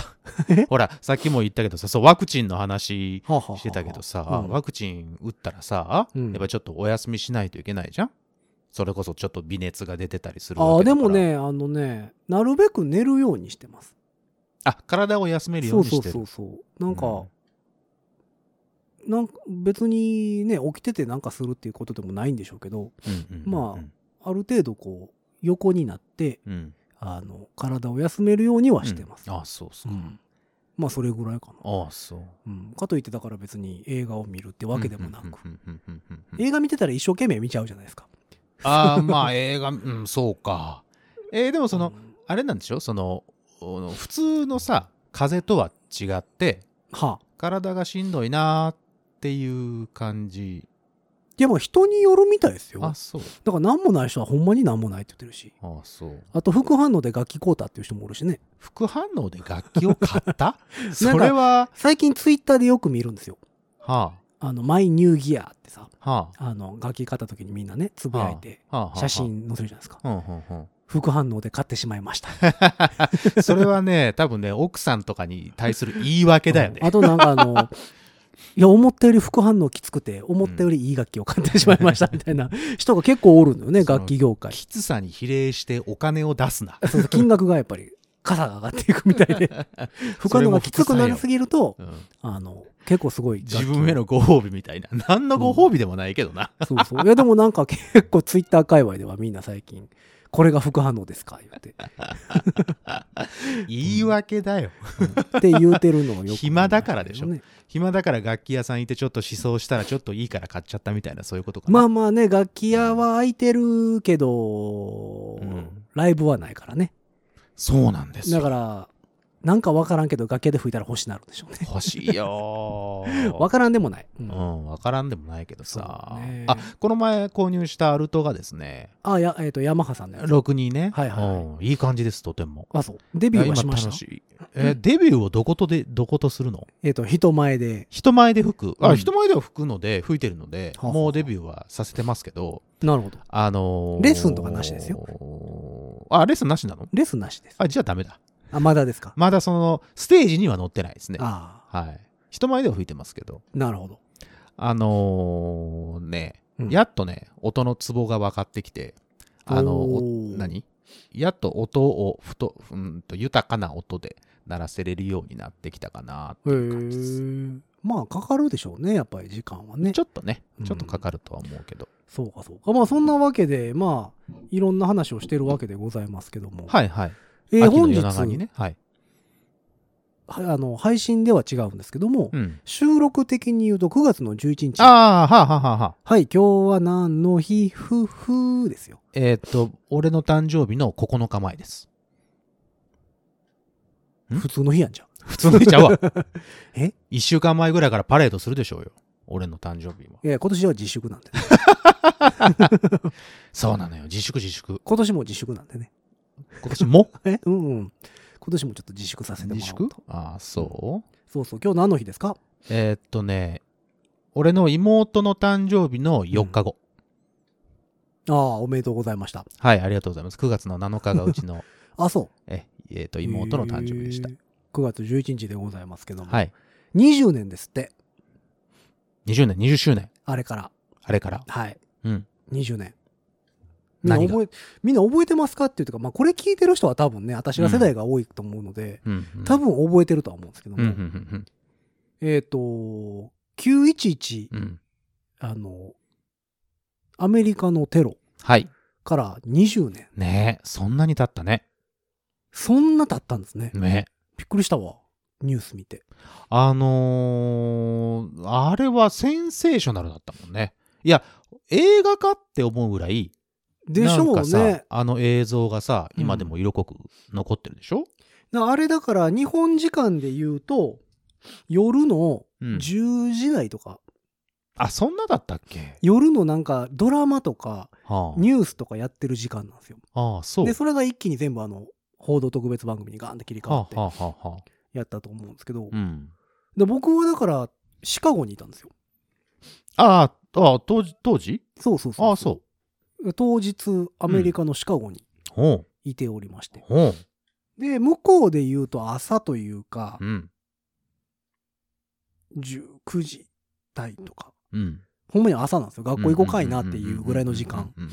Speaker 2: え、
Speaker 3: ほら、さっきも言ったけどさ、そう、ワクチンの話
Speaker 2: はあはあはあ
Speaker 3: してたけどさ、
Speaker 2: うん
Speaker 3: ワクチン打ったらさ、
Speaker 2: うん
Speaker 3: やっぱちょっとお休みしないといけないじゃんそれこそちょっと微熱が出てたりする
Speaker 2: あ
Speaker 3: わ
Speaker 2: あ
Speaker 3: け
Speaker 2: で
Speaker 3: だから
Speaker 2: もねあのねなるべく寝るようにしてます
Speaker 3: あ体を休めるよ
Speaker 2: そうう
Speaker 3: に
Speaker 2: そ
Speaker 3: し
Speaker 2: う
Speaker 3: てる
Speaker 2: そうそうなんか、なんか別にね起きててなんかするっていうことでもないんでしょうけど
Speaker 3: うんうんうんうん
Speaker 2: まある程度こう横になって
Speaker 3: うん
Speaker 2: あの体を休めるようにはしてます、
Speaker 3: あそうそうう。
Speaker 2: んまあそれぐらいかな、
Speaker 3: あそう。
Speaker 2: うん、かといってだから別に映画を見るってわけでもなく、
Speaker 3: うんうんうんうんうんうん
Speaker 2: 映画見てたら一生懸命見ちゃうじゃないですか
Speaker 3: ああ、まあ映画、うん、そうか。えーでもその、
Speaker 2: うん
Speaker 3: あれなんでしょその、おの普通のさ、風邪とは違って、
Speaker 2: はあ
Speaker 3: 体がしんどいなーっていう感じ。
Speaker 2: でも人によるみたいですよ
Speaker 3: あ、そう。
Speaker 2: だから何もない人はほんまに何もないって言ってるし
Speaker 3: あそう。
Speaker 2: あと副反応で楽器買うたっていう人もおるしね
Speaker 3: 副反応で楽器を買ったそれは、
Speaker 2: 最近ツイッターでよく見るんですよ
Speaker 3: は
Speaker 2: あのマイニューギアってさ
Speaker 3: あ、は
Speaker 2: あの楽器買った時にみんなねつぶやいて
Speaker 3: あ、はあ、
Speaker 2: 写。真載せるじゃないですか
Speaker 3: うんうんうん。
Speaker 2: 副反応で買ってしまい ました
Speaker 3: それはね、多分ね、奥さんとかに対する言い訳だよね
Speaker 2: うん。あとなんかあ の、いや、思ったより副反応きつくて、思ったよりいい楽器を買ってしまいましたみたいな 人が結構おるのよね、
Speaker 3: その
Speaker 2: 楽器業界。
Speaker 3: きつさに比例してお金を出すな。
Speaker 2: そうそう金額がやっぱり、傘が上がっていくみたいで、 副反応がきつくなりすぎると、
Speaker 3: うん
Speaker 2: あの、結構すごい楽器。
Speaker 3: 自分へのご褒美みたいな。何のご褒美でもないけどな。
Speaker 2: そうそう。いや、でもなんか結構ツイッター界隈ではみんな最近、これが副反応ですか言って。
Speaker 3: 言い訳だよ。
Speaker 2: って言うてるのをよく見ますけどね。
Speaker 3: 暇だからでしょ暇だから楽器屋さんいてちょっと思想したらちょっといいから買っちゃったみたいな、そういうことかな。
Speaker 2: まあまあね、楽器屋は空いてるけど、
Speaker 3: うん
Speaker 2: ライブはないからね。
Speaker 3: そうなんです
Speaker 2: だ
Speaker 3: よ。
Speaker 2: から、なんかわからんけど、崖で吹いたら星になるんでしょうね。
Speaker 3: 欲しいよー。
Speaker 2: わからんでもない。うん
Speaker 3: うん、わからんでもないけどさ
Speaker 2: そう。ね
Speaker 3: あ、この前購入したアルトがですね、
Speaker 2: あ、や、えっ、と、ヤマハさんのやつ。
Speaker 3: 62ね。
Speaker 2: はいはいはい
Speaker 3: うんいい感じです、とても。
Speaker 2: あ、そう。デビューはし
Speaker 3: いや今
Speaker 2: ました。
Speaker 3: 楽いえーデビューをどことで、どことするの
Speaker 2: えっ、と、人前で。
Speaker 3: 人前で吹く。あ、
Speaker 2: うん
Speaker 3: 人前では吹くので、吹いてるので、
Speaker 2: はあはあ
Speaker 3: もうデビューはさせてますけど、
Speaker 2: なるほど。
Speaker 3: あのー
Speaker 2: レッスンとかなしですよ。
Speaker 3: あ、レッスンなしなの
Speaker 2: レスなしです。
Speaker 3: あ、じゃあダメだ。
Speaker 2: あ、まだですか。
Speaker 3: まだその、ステージには乗ってないですね。
Speaker 2: あ
Speaker 3: はい。人前では吹いてますけど、
Speaker 2: あ、なるほど。
Speaker 3: あのーね、
Speaker 2: うん
Speaker 3: やっとね、音のツボが分かってきて、あの、お
Speaker 2: おー
Speaker 3: 何やっと音をふと、うんと豊かな音で鳴らせれるようになってきたかなって
Speaker 2: へ
Speaker 3: いう感じです。
Speaker 2: え。まあ、かかるでしょうね、やっぱり時間はね。
Speaker 3: ちょっとね
Speaker 2: う、ん
Speaker 3: ちょっとかかるとは思うけど。
Speaker 2: そうか、そうか。まあ、そんなわけで、まあ、いろんな話をしてるわけでございますけども。
Speaker 3: はいはい。
Speaker 2: えー
Speaker 3: 秋の
Speaker 2: 本日
Speaker 3: 夜長にね。はい。
Speaker 2: はあの、配信では違うんですけども、
Speaker 3: うん。
Speaker 2: 収録的に言うと9月の11日。
Speaker 3: ああ、はあはあはあはあ。
Speaker 2: はい、今日は何の日、ふふですよ。
Speaker 3: えーっと、俺の誕生日の9日前です。ん
Speaker 2: 普通の日やんじゃん。
Speaker 3: 普通の日ちゃうわ。
Speaker 2: え
Speaker 3: 一週間前ぐらいからパレードするでしょうよ。俺の誕生日は。
Speaker 2: いや、今年は自粛なんで。
Speaker 3: そうなのよ。自粛自粛。
Speaker 2: 今年も自粛なんでね。
Speaker 3: 今年も
Speaker 2: えうんうん。今年もちょっと自粛させてもらおうと。
Speaker 3: ああ、そう
Speaker 2: そうそう、今日何の日ですか
Speaker 3: えーっとね、俺の妹の誕生日の4日後。
Speaker 2: ああ、おめでとうございました。
Speaker 3: はい、ありがとうございます。9月の7日がうちの、
Speaker 2: あ、そ
Speaker 3: え、えーっと、
Speaker 2: う。
Speaker 3: 妹の誕生日でした
Speaker 2: へ。え。9月11日でございますけども。
Speaker 3: はい。
Speaker 2: 20年ですって。
Speaker 3: 20年、20周年。
Speaker 2: あれから。
Speaker 3: あれから。
Speaker 2: はい。
Speaker 3: うん。
Speaker 2: 20年。みんな
Speaker 3: 何が
Speaker 2: 覚え、みんな覚えてますかっていうか、まあこれ聞いてる人は多分ね、私ら世代が多いと思うので、
Speaker 3: うんうん
Speaker 2: 多分覚えてるとは思うんですけど
Speaker 3: う
Speaker 2: も。
Speaker 3: ん、うん、
Speaker 2: えっ、と、911、
Speaker 3: うん。うん。
Speaker 2: あの、アメリカのテロ
Speaker 3: はい。
Speaker 2: から20年。
Speaker 3: ねえ、そんなに経ったね。
Speaker 2: そんな経ったんですね。
Speaker 3: ね
Speaker 2: びっくりしたわ。ニュース見て。
Speaker 3: あのー、あれはセンセーショナルだったもんね。いや、映画かって思うぐらい、
Speaker 2: でしょ
Speaker 3: なん
Speaker 2: う
Speaker 3: かさ
Speaker 2: ね。、
Speaker 3: あの映像がさ、今でも色濃く残ってるでしょ
Speaker 2: なあれだから、日本時間で言うと、夜の
Speaker 3: うん
Speaker 2: 10時台とか、
Speaker 3: あ、そんなだったっけ
Speaker 2: 夜のなんかドラマとか、
Speaker 3: は
Speaker 2: ニュースとかやってる時間なんですよ。
Speaker 3: あ、ああそう。
Speaker 2: で、それが一気に全部あの、報道特別番組にガーンって切り替わ
Speaker 3: は
Speaker 2: って
Speaker 3: あ、はあはあはあ、
Speaker 2: やったと思うんですけど
Speaker 3: う、ん。
Speaker 2: で僕はだから、シカゴにいたんですよ。
Speaker 3: ああ、ああ当時当時
Speaker 2: そうそうそう。
Speaker 3: ああ、そう。
Speaker 2: 当日アメリカのシカゴに
Speaker 3: ほう。
Speaker 2: いておりまして、
Speaker 3: ほう。
Speaker 2: で向こうで言うと朝というか
Speaker 3: うん。
Speaker 2: 19時台とか
Speaker 3: うん。
Speaker 2: ほんまに朝なんですよ学校行こうかいなっていうぐらいの時間
Speaker 3: うん。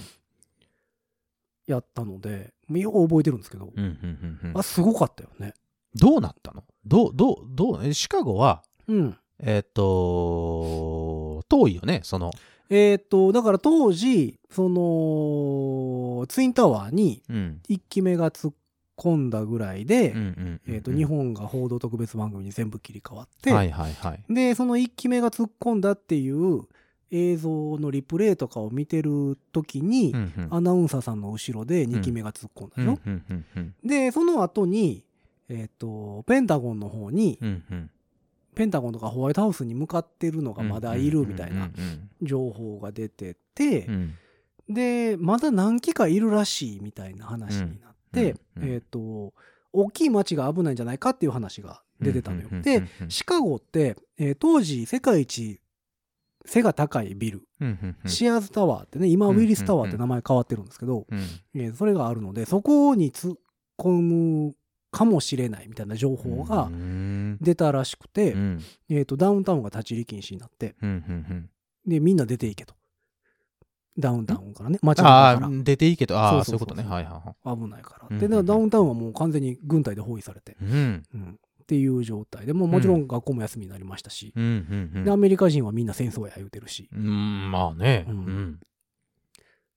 Speaker 2: やったのでよう覚えてるんですけど、
Speaker 3: うん。うんうんうんうん
Speaker 2: あすごかったよね
Speaker 3: どうなったのどう、どう、どう、えシカゴは、
Speaker 2: うん
Speaker 3: えーっと、遠いよね、その。
Speaker 2: えーっとだから当時そのツインタワーに
Speaker 3: うん。
Speaker 2: 1機目が突っ込んだぐらいで、
Speaker 3: うんうんうん
Speaker 2: えー、と日本が報道特別番組に全部切り替わって、
Speaker 3: はいはいはい。
Speaker 2: でその1期目が突っ込んだっていう映像のリプレイとかを見てる時に、
Speaker 3: うんうん
Speaker 2: アナウンサーさんの後ろで2期目が突っ込んだでしょ、
Speaker 3: うんうんうん
Speaker 2: でその後にえっ、とペンタゴンの方に、
Speaker 3: うんうん
Speaker 2: ペンタゴンとかホワイトハウスに向かってるのがまだいるみたいな
Speaker 3: うんうん
Speaker 2: 情報が出てて
Speaker 3: う、ん
Speaker 2: でまだ何機かいるらしいみたいな話になって、
Speaker 3: うんうんうん
Speaker 2: えっ、と大きい町が危ないんじゃないかっていう話が出てたのよ。
Speaker 3: うんうんうんうん
Speaker 2: でシカゴって、えー当時世界一背が高いビル、
Speaker 3: うんうんうん
Speaker 2: シアーズタワーってね今はウィリスタワーって名前変わってるんですけど、
Speaker 3: うん
Speaker 2: えーそれがあるのでそこに突っ込むかもしれないみたいな情報が
Speaker 3: うん
Speaker 2: 出たらしくて、
Speaker 3: うん
Speaker 2: えー、とダウンタウンが立ち入り禁止になって
Speaker 3: うんうんうん
Speaker 2: でみんな出ていけとダウンタウンからね街中
Speaker 3: あ
Speaker 2: か
Speaker 3: あ出ていいけどああ
Speaker 2: そ
Speaker 3: そ
Speaker 2: うう
Speaker 3: いう
Speaker 2: そ
Speaker 3: こ
Speaker 2: うそう
Speaker 3: とねはいはいは
Speaker 2: ら危ないから
Speaker 3: うん
Speaker 2: って、でダウンタウンはもう完全に軍隊で包囲されて、
Speaker 3: いうん
Speaker 2: うん、っていう状態でもうもちろん学校も休みになりましたし、
Speaker 3: うんうん
Speaker 2: で
Speaker 3: う
Speaker 2: ア
Speaker 3: ん
Speaker 2: メリカ人はみんな戦争や言うてるし
Speaker 3: うんまあねう
Speaker 2: うん
Speaker 3: ん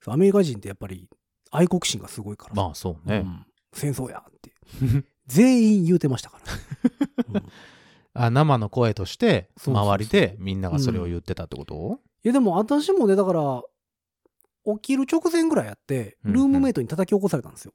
Speaker 2: そうアメリカ人ってやっぱり愛国心がすごいから、
Speaker 3: まあそう
Speaker 2: う
Speaker 3: ね
Speaker 2: ん戦争やって全員言うてました から、うんい
Speaker 3: あ生の声として
Speaker 2: そうそうそう
Speaker 3: 周りでみんながそれを言ってたってこと
Speaker 2: やでも私もねだから起きる直前ぐらいやってルームメイトに叩き起こされたんですよ、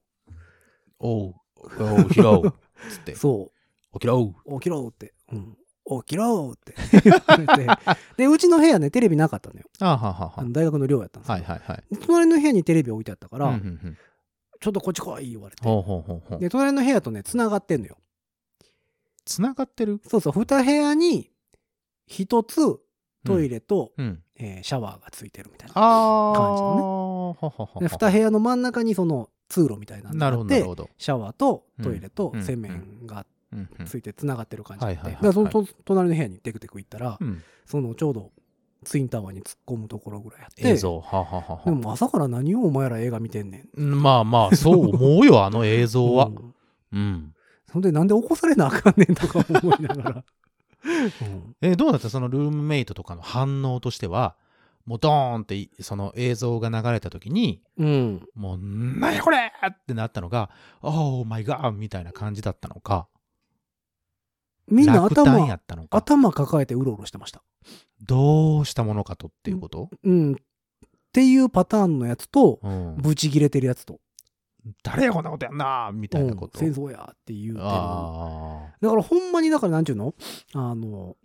Speaker 3: おうおう拾 うつって
Speaker 2: そう
Speaker 3: 起きろ
Speaker 2: 起きろって、うん、起きろって 言われてでうちの部屋ねテレビなかったのよ
Speaker 3: あははは
Speaker 2: あの大学の寮やったんです
Speaker 3: は
Speaker 2: け
Speaker 3: い
Speaker 2: ど、
Speaker 3: はいはい
Speaker 2: 隣の部屋にテレビ置いてあったから、
Speaker 3: うんうんうん
Speaker 2: ちょっとこっち来い言われて
Speaker 3: ほうほうほうほう
Speaker 2: で隣の部屋とねつながってんのよ
Speaker 3: つながってる
Speaker 2: そうそう2部屋に1つトイレと、
Speaker 3: うん
Speaker 2: えーシャワーがついてるみたいな
Speaker 3: ああ
Speaker 2: 感じのね
Speaker 3: はははは
Speaker 2: で2部屋の真ん中にその通路みたいなのが
Speaker 3: なる
Speaker 2: あ
Speaker 3: ほ
Speaker 2: っ
Speaker 3: どな
Speaker 2: て
Speaker 3: るほど
Speaker 2: シャワーとトイレと
Speaker 3: うん
Speaker 2: 洗面が
Speaker 3: うんうん
Speaker 2: ついてつながってる感じで、
Speaker 3: はいはいはいはい
Speaker 2: だからその隣の部屋にテクテク行ったら、
Speaker 3: うん
Speaker 2: そのちょうどツインタワーに突っ込むところぐらいやって
Speaker 3: 映像はははは
Speaker 2: でも朝から何をお前ら映画見てんねん。
Speaker 3: まあまあ、そう思うよ、あの映像は
Speaker 2: う。ん
Speaker 3: うん。
Speaker 2: そんでなんで起こされなあかんねんとか思いながら。うん
Speaker 3: え、 どうだったそのルームメイトとかの反応としては、もうドーンってい、その映像が流れた時に、
Speaker 2: うん。
Speaker 3: もう、なにこれってなったのが、Oh my god! みたいな感じだったのか、
Speaker 2: みんな
Speaker 3: 落胆
Speaker 2: 頭、
Speaker 3: やったのか、
Speaker 2: 頭抱えてうろうろしてました。
Speaker 3: どうしたものかとっていうこと、
Speaker 2: うん。っていうパターンのやつと、
Speaker 3: うん
Speaker 2: ブチギレてるやつと、
Speaker 3: 誰やこんなことやんなみたいなこと。
Speaker 2: うん戦争やって言うてる。だ
Speaker 3: あ
Speaker 2: からほんまにだからなんちゅうのあの、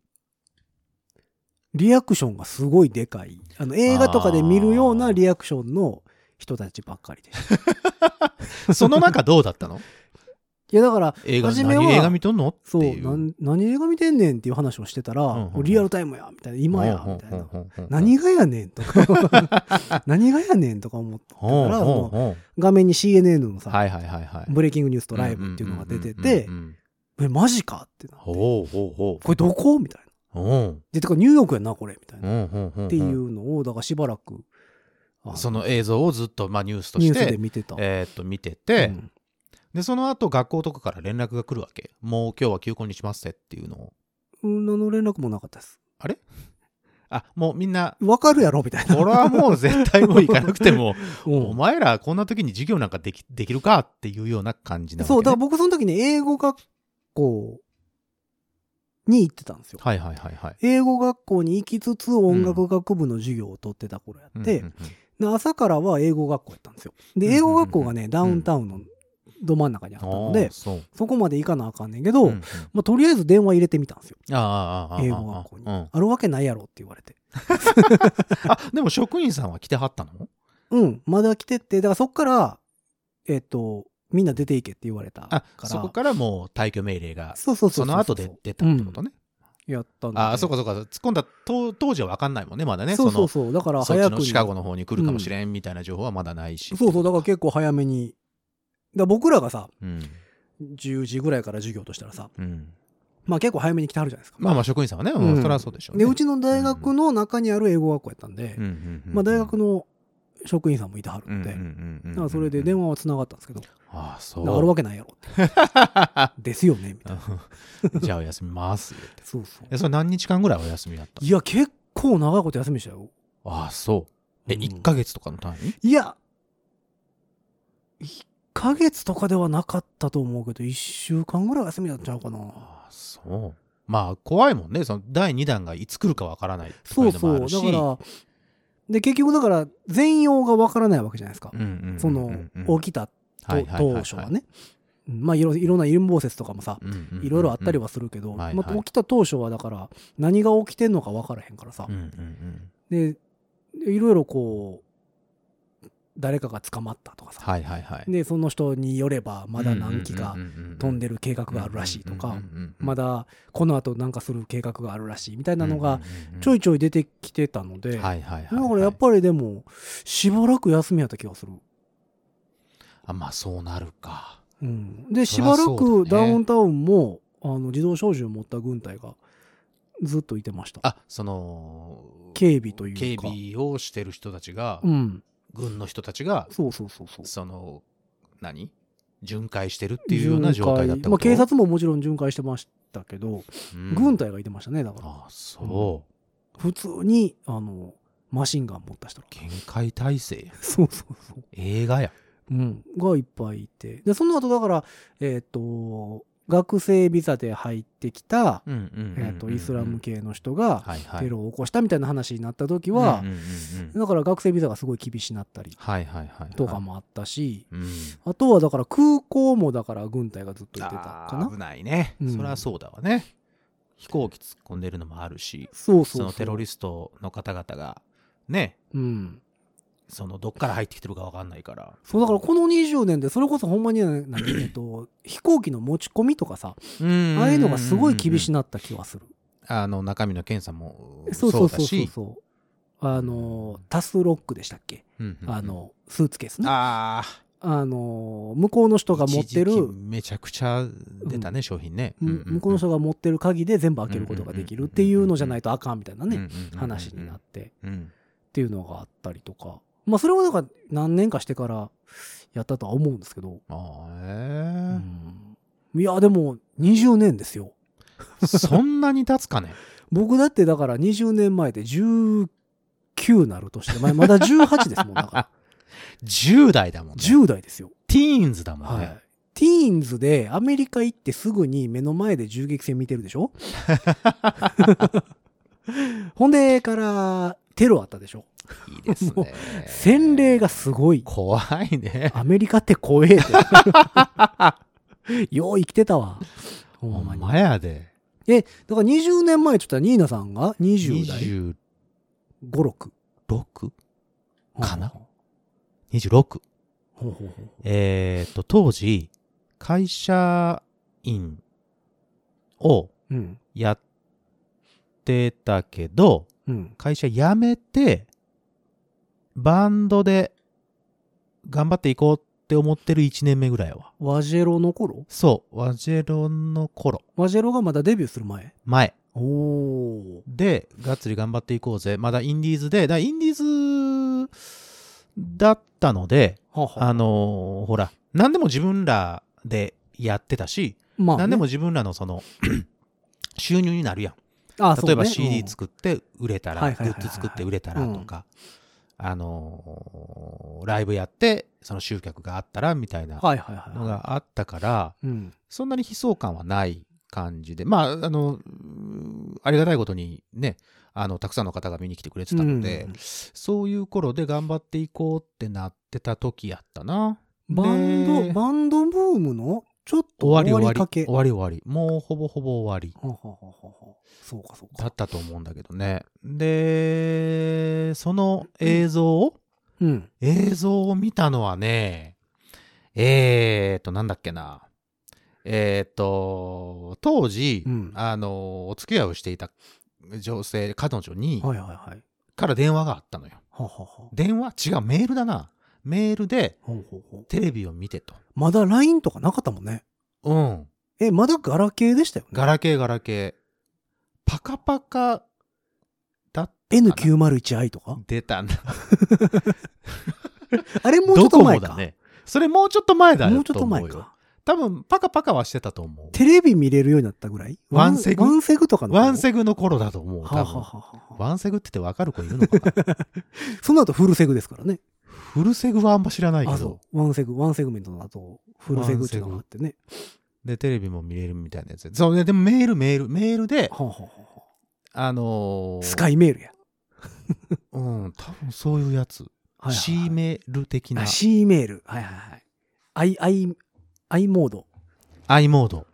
Speaker 2: リアクションがすごいでかい。あの映画とかで見るようなリアクションの人たちばっかりでした。
Speaker 3: あ。 その中どうだったの
Speaker 2: いやだから、
Speaker 3: 映画、
Speaker 2: 初めは
Speaker 3: 何映画見とんのって
Speaker 2: そう
Speaker 3: いう。
Speaker 2: なん何映画見てんねんっていう話をしてたら、
Speaker 3: うんうんうん
Speaker 2: リアルタイムやみたいな今や
Speaker 3: ほう
Speaker 2: みたいな、
Speaker 3: ほうほうほう
Speaker 2: 何がやねんとか 何がやねんとか思って
Speaker 3: ほう
Speaker 2: だから
Speaker 3: ほうほう
Speaker 2: 画面に CNN のさ、
Speaker 3: はいはいはいはい。
Speaker 2: ブレイキングニュースとライブっていうのが出てて
Speaker 3: うんうんうんうん
Speaker 2: えマジかってなってこ
Speaker 3: ほうほうほう。
Speaker 2: れどこみたいな
Speaker 3: うん
Speaker 2: でてかニューヨークやなこれみたいな、っ
Speaker 3: うんうんうん。って
Speaker 2: いうのをだからしばらくあの
Speaker 3: その映像をずっと、まあ、ニュースと
Speaker 2: ニュ
Speaker 3: し
Speaker 2: ースで
Speaker 3: て、
Speaker 2: 見てた、
Speaker 3: えーっと、見て
Speaker 2: う
Speaker 3: て、
Speaker 2: ん
Speaker 3: で、その後、学校とかから連絡が来るわけ。もう今日は休校にしますってっていうのを。
Speaker 2: うん、何の連絡もなかったです
Speaker 3: あ、もうみんな、
Speaker 2: わかるやろみたいな、
Speaker 3: これはもう絶対もう行かなくても、
Speaker 2: うん
Speaker 3: お前らこんな時に授業なんかできできるかっていうような感じなわけ、ね。
Speaker 2: そうだから僕その時ね英語学校に行ってたんですよ
Speaker 3: はいはいはいはい。
Speaker 2: 英語学校に行きつつ音楽学部の授業を取ってた頃やって、
Speaker 3: うんうんうん
Speaker 2: で朝からは英語学校やったんですよ
Speaker 3: うん
Speaker 2: で
Speaker 3: うんうん
Speaker 2: 英語学校がね、ダウンタウンのど真ん中にあったの
Speaker 3: あ
Speaker 2: で
Speaker 3: ー、そう。
Speaker 2: そこまで行かなあかんねんけど、
Speaker 3: うんうん
Speaker 2: まあ、とりあえず電話入れてみたんですよ
Speaker 3: あーあー、あーあー、
Speaker 2: 英語学校に、
Speaker 3: うん
Speaker 2: あるわけないやろって言われて
Speaker 3: あ、でも職員さんは来てはったの
Speaker 2: うんまだ来てってだからそっからえっ、とみんな出ていけって言われたか
Speaker 3: あ
Speaker 2: ら、
Speaker 3: そこからもう退去命令が、
Speaker 2: そうそうそう
Speaker 3: そうの後で出たってことね。
Speaker 2: やったんで
Speaker 3: ああ、そうかそうか。突っ込んだ当当時は分かんないもんね、まだね。
Speaker 2: そうそう
Speaker 3: そ
Speaker 2: そうだから
Speaker 3: のそっ
Speaker 2: 早
Speaker 3: ち
Speaker 2: く
Speaker 3: の
Speaker 2: に
Speaker 3: シカゴの方に来るかもしれんみたいな情報はまだないし。
Speaker 2: そうそうだから結構早めにだから僕らがさ
Speaker 3: うん。
Speaker 2: 10時ぐらいから授業としたらさ
Speaker 3: うん。
Speaker 2: まあ結構早めに来てはるじゃないですか。
Speaker 3: まあまあ職員さんはね、うん
Speaker 2: うん
Speaker 3: そりゃそうでしょう、ね。
Speaker 2: でうちの大学の中にある英語学校やったんで、
Speaker 3: うんうんうん、
Speaker 2: まあ大学
Speaker 3: の
Speaker 2: の職員さんもいてはる
Speaker 3: う
Speaker 2: ん
Speaker 3: んうん
Speaker 2: で、
Speaker 3: うんうんうん、
Speaker 2: だからそれで電
Speaker 3: 話。
Speaker 2: 話はつながったんですけど、
Speaker 3: ああ、そ
Speaker 2: だからあるわ
Speaker 3: う。
Speaker 2: けないやろって。ですよねみたいな。
Speaker 3: じゃあお休みます。って
Speaker 2: そうそう。
Speaker 3: え、それ何日間ぐらいお休みだったの
Speaker 2: いや結構長いこと休みでしたよ。
Speaker 3: ああ、そう。え、
Speaker 2: うん
Speaker 3: 1ヶ月とかの単位
Speaker 2: いや1ヶ月とかではなかったと思うけど、1週間ぐらい休みだったんちゃうかな。
Speaker 3: あそう。まあ、怖いもんね。その第2弾がいつ来るかわからないと
Speaker 2: そ
Speaker 3: かいううのも
Speaker 2: そ
Speaker 3: あ
Speaker 2: う。
Speaker 3: る
Speaker 2: だ
Speaker 3: し。
Speaker 2: から、で、結局だから、全容がわからないわけじゃないですか。
Speaker 3: うんうんうんうん、
Speaker 2: その、起きたと
Speaker 3: はいはいはい
Speaker 2: 当
Speaker 3: はい
Speaker 2: 初はね。うんまあいろ、いろんな陰謀説とかもさ、
Speaker 3: うんうんうんうん、
Speaker 2: いろいろあったりはするけど、
Speaker 3: はいはい
Speaker 2: まあ、起きた当初はだから、何が起きてんのかわからへんからさ
Speaker 3: う。んうんうん。
Speaker 2: で、いろいろこう、誰かが捕まったとかさ。
Speaker 3: はいはいはい。
Speaker 2: で、その人によれば、まだ何機か飛ん
Speaker 3: で
Speaker 2: でる計画があるらしいとか、、ま
Speaker 3: だ
Speaker 2: だこの後なんかする計画があるらしいみたいなのがちょいちょい出てきてたので、
Speaker 3: はいはいはい。
Speaker 2: だからやっぱりでもしばらく休みやった気がする、
Speaker 3: あまあそうなるか。
Speaker 2: うん、でし
Speaker 3: そりゃ
Speaker 2: ばら
Speaker 3: そう
Speaker 2: く
Speaker 3: だ
Speaker 2: ダ
Speaker 3: ね
Speaker 2: ウンタウンもあの自動小銃を持った軍隊がずっといてました
Speaker 3: あその
Speaker 2: 警備というか
Speaker 3: 警備をしてる人たちが、
Speaker 2: うん
Speaker 3: 軍の人たちが
Speaker 2: そうそうそうそう
Speaker 3: その何巡回してるっていうような状態だ
Speaker 2: 巡回
Speaker 3: った
Speaker 2: まあ、
Speaker 3: こと
Speaker 2: 警察ももちろん巡回してましたけど、
Speaker 3: うん
Speaker 2: 軍隊がいてましたねだから
Speaker 3: あそう
Speaker 2: 普通にあのマシンガン持った人ら
Speaker 3: 限界体制や
Speaker 2: そうそうそう
Speaker 3: 映画や
Speaker 2: うん、がいっぱいいてでその後だからえっ、と学生ビザで入ってきた、
Speaker 3: うんうんうんうん
Speaker 2: えっとイスラム系の人が
Speaker 3: はいはい
Speaker 2: テロを起こしたみたいな話になった時は、
Speaker 3: うんうんうんうん
Speaker 2: だから学生ビザがすごい厳しなったり
Speaker 3: はいはいはいはい
Speaker 2: とかもあったし、
Speaker 3: うん
Speaker 2: あとはだから空港もだから軍隊がずっといてたか
Speaker 3: あー
Speaker 2: な
Speaker 3: 危ないね
Speaker 2: うん
Speaker 3: そりゃそうだわね飛行機突っ込んでるのもあるし
Speaker 2: そうそう
Speaker 3: そのテロリ
Speaker 2: ス
Speaker 3: ストの方々がね
Speaker 2: ト、うん、
Speaker 3: そのどっから入ってきてるかわかんないから
Speaker 2: そうだからこの20年でそれこそほんまにね何、えっと、飛行機の持ち込みとかさああいうのがすごい厳し
Speaker 3: な
Speaker 2: なった気はする
Speaker 3: あの中身の検査も
Speaker 2: そうそ
Speaker 3: そう
Speaker 2: うそ
Speaker 3: だ
Speaker 2: うそう
Speaker 3: し
Speaker 2: そう。あの、タスロックでしたっけ、
Speaker 3: うんうんうん
Speaker 2: あの、スーツケースね。あ
Speaker 3: ああ
Speaker 2: の、向こうの人が持ってる、
Speaker 3: 一時期めちゃくちゃ出たね、商品ね、、
Speaker 2: む向こうの人が持ってる鍵で全部開けることができるっていうのじゃないとあかんみたいなね、話になってて
Speaker 3: うん
Speaker 2: っていうのがあったりとか。まあ、それはなんか何年かしてからやったとは思うんですけど。
Speaker 3: あ
Speaker 2: う
Speaker 3: ーえ
Speaker 2: んいや、でも20年ですよ。
Speaker 3: ーそんなに経つ かね
Speaker 2: 僕だってだから20年前で19なるとして、まあまだ18ですもん、だから。
Speaker 3: 10代だもんね
Speaker 2: 10代ですよ。
Speaker 3: ティーンズだもん
Speaker 2: は
Speaker 3: ね、
Speaker 2: い。ティーンズでアメリカ行ってすぐに目の前で銃撃戦見てるでし ょほんでからテロあったでしょ
Speaker 3: い、いです
Speaker 2: も
Speaker 3: ね
Speaker 2: 洗礼がすごい。
Speaker 3: 怖いね
Speaker 2: アメリカって 怖えって。よう生きてたわ。ほ
Speaker 3: ほ
Speaker 2: んま
Speaker 3: ん
Speaker 2: に。
Speaker 3: まやで
Speaker 2: だから20年前って言ったらニーナさんが20代
Speaker 3: 26
Speaker 2: 5、6。
Speaker 3: かな26
Speaker 2: ほうほうほう
Speaker 3: えっ、と当時会社員を
Speaker 2: うん。
Speaker 3: やってたけど
Speaker 2: うん。
Speaker 3: 会社辞めてバンドで頑張っていこうって思ってる1年目ぐらいは
Speaker 2: ワジェロの頃
Speaker 3: そうワジェロの頃
Speaker 2: ワジェロがまだデビューする前。
Speaker 3: 前
Speaker 2: おお。
Speaker 3: でがっつり頑張っていこうぜまだインディーズでだからインディーズだったので
Speaker 2: はは
Speaker 3: あのーほら何でも自分らでやってたし
Speaker 2: まあね、
Speaker 3: 何でも自分ら のその収入になるやん
Speaker 2: あ
Speaker 3: 例えば
Speaker 2: そうね
Speaker 3: CD 作って売れたら、
Speaker 2: は
Speaker 3: グ
Speaker 2: いはいはいはい
Speaker 3: ッズ作って売れたらとか、あのーライブやってその集客があったらみたいな
Speaker 2: うんはいはいはい
Speaker 3: の
Speaker 2: はい。
Speaker 3: があったから、
Speaker 2: うん。
Speaker 3: そんなに悲壮感はない感じでまああのうーありがたいことにねあのたくさんの方が見に来てくれてたので、
Speaker 2: うん
Speaker 3: そういう頃で頑張っていこうってなってた時やったな
Speaker 2: バンド、
Speaker 3: で
Speaker 2: バンドブームのちょっと
Speaker 3: 終
Speaker 2: 終
Speaker 3: わ
Speaker 2: わり
Speaker 3: り終わ
Speaker 2: かけ。
Speaker 3: り終わり終わりもうほぼほぼ終わり
Speaker 2: はははははそうかそう
Speaker 3: だ
Speaker 2: か。
Speaker 3: ったと思うんだけどね。で、その映像を、
Speaker 2: うん。
Speaker 3: 映像を見たのはね、えーと、なんだっけな。えーと、当時、
Speaker 2: うん
Speaker 3: あの、お付き合いをしていた女性、彼女に、
Speaker 2: はいはいはい。
Speaker 3: から電話があったのよ。
Speaker 2: ははは。ほ
Speaker 3: 電話違う、メールだな。メールで、
Speaker 2: うほうほう。
Speaker 3: テレビを見てと。
Speaker 2: まだ LINE とかなかったもんね。
Speaker 3: うん。
Speaker 2: え、まだガラケーでしたよね。
Speaker 3: ガラケー、ガラケー。パカパカ、だ、
Speaker 2: N901i とか
Speaker 3: 出たんだ。
Speaker 2: あれもうちょっと前
Speaker 3: ドコ
Speaker 2: か
Speaker 3: モだ。ね。それもうちょっと前だよ。
Speaker 2: もうちょっと前
Speaker 3: 思うよ
Speaker 2: か。
Speaker 3: 多分、パカパカはしてたと思う。
Speaker 2: テレビ見れるようになったぐらい
Speaker 3: ワンセグ
Speaker 2: ワンセグとかの頃。
Speaker 3: ワンセグの頃だと思う。
Speaker 2: は
Speaker 3: 多
Speaker 2: はは
Speaker 3: 分。
Speaker 2: はは。
Speaker 3: ワンセグって言ってわかる子いるのかな
Speaker 2: その後フルセグですからね。
Speaker 3: フルセグはあんま知らないけ
Speaker 2: あ、
Speaker 3: ど
Speaker 2: そ。う。ワンセグ、ワンセグメントの後、フルセグっていうのがあってね。
Speaker 3: で、テレビも見れるみたいなやつで。そうね、でもメール、メール、メールで、
Speaker 2: はあはあはあは
Speaker 3: あの
Speaker 2: あ
Speaker 3: ー
Speaker 2: スカイメールや。
Speaker 3: うん、多分そういうやつ。
Speaker 2: はいはいはい
Speaker 3: C メール的な
Speaker 2: あ。C メール。はいはいはい。アイ、アイ、アイモード
Speaker 3: i モード。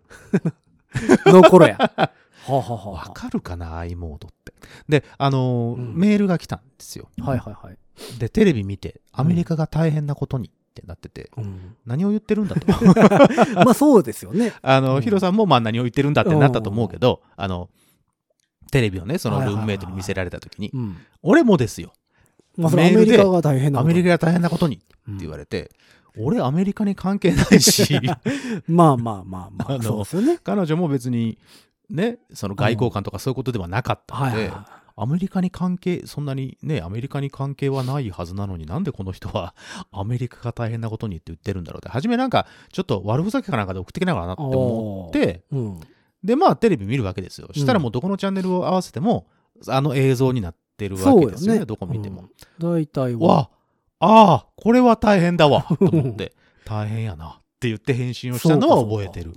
Speaker 2: の頃 や。はあはあは
Speaker 3: わかるかな i モードって。で、あのー
Speaker 2: うん
Speaker 3: メールが来たんですよ。
Speaker 2: あはいはいはい。
Speaker 3: で、テレビ見て、アメリカが大変なことにってなってて、
Speaker 2: うん、
Speaker 3: 何を言ってる んだと。
Speaker 2: まあそうですよね。
Speaker 3: あの、
Speaker 2: うん
Speaker 3: ヒロさんもまあ何を言ってるんだってなったと思うけど、あの、テレビをね、その
Speaker 2: はいはい
Speaker 3: ルー
Speaker 2: はい
Speaker 3: ムメイトに見せられた時に、
Speaker 2: うん。
Speaker 3: 俺もですよ。
Speaker 2: まあそれア
Speaker 3: メー
Speaker 2: メ
Speaker 3: ルで
Speaker 2: リカが大変な
Speaker 3: ア
Speaker 2: こと
Speaker 3: メリカが大変なことにって言われて、俺アメリカに関係ないし、
Speaker 2: まあまあまあま
Speaker 3: あ
Speaker 2: あ。
Speaker 3: の
Speaker 2: そうですよね。
Speaker 3: 彼女も別に、ね、その外交官とかそういうことではなかった
Speaker 2: はい
Speaker 3: の
Speaker 2: はい
Speaker 3: で、
Speaker 2: はい。
Speaker 3: アメリカに関係、そんなにね、アメリカに関係はないはずなのになんでこの人はアメリカが大変なことにって言ってるんだろうって、初めなんかちょっと悪ふざけかなんかで送ってきながらなって思って、
Speaker 2: うん。
Speaker 3: で、まあテレビ見るわけですよ。したらもうどこのチャンネルを合わせても、あの映像になってるわけですよね、どこ見ても。。
Speaker 2: うん大体は。
Speaker 3: わあ、ああ、これは大変だ わ、と思って、大変やなって言って返信をしたのは覚えてる。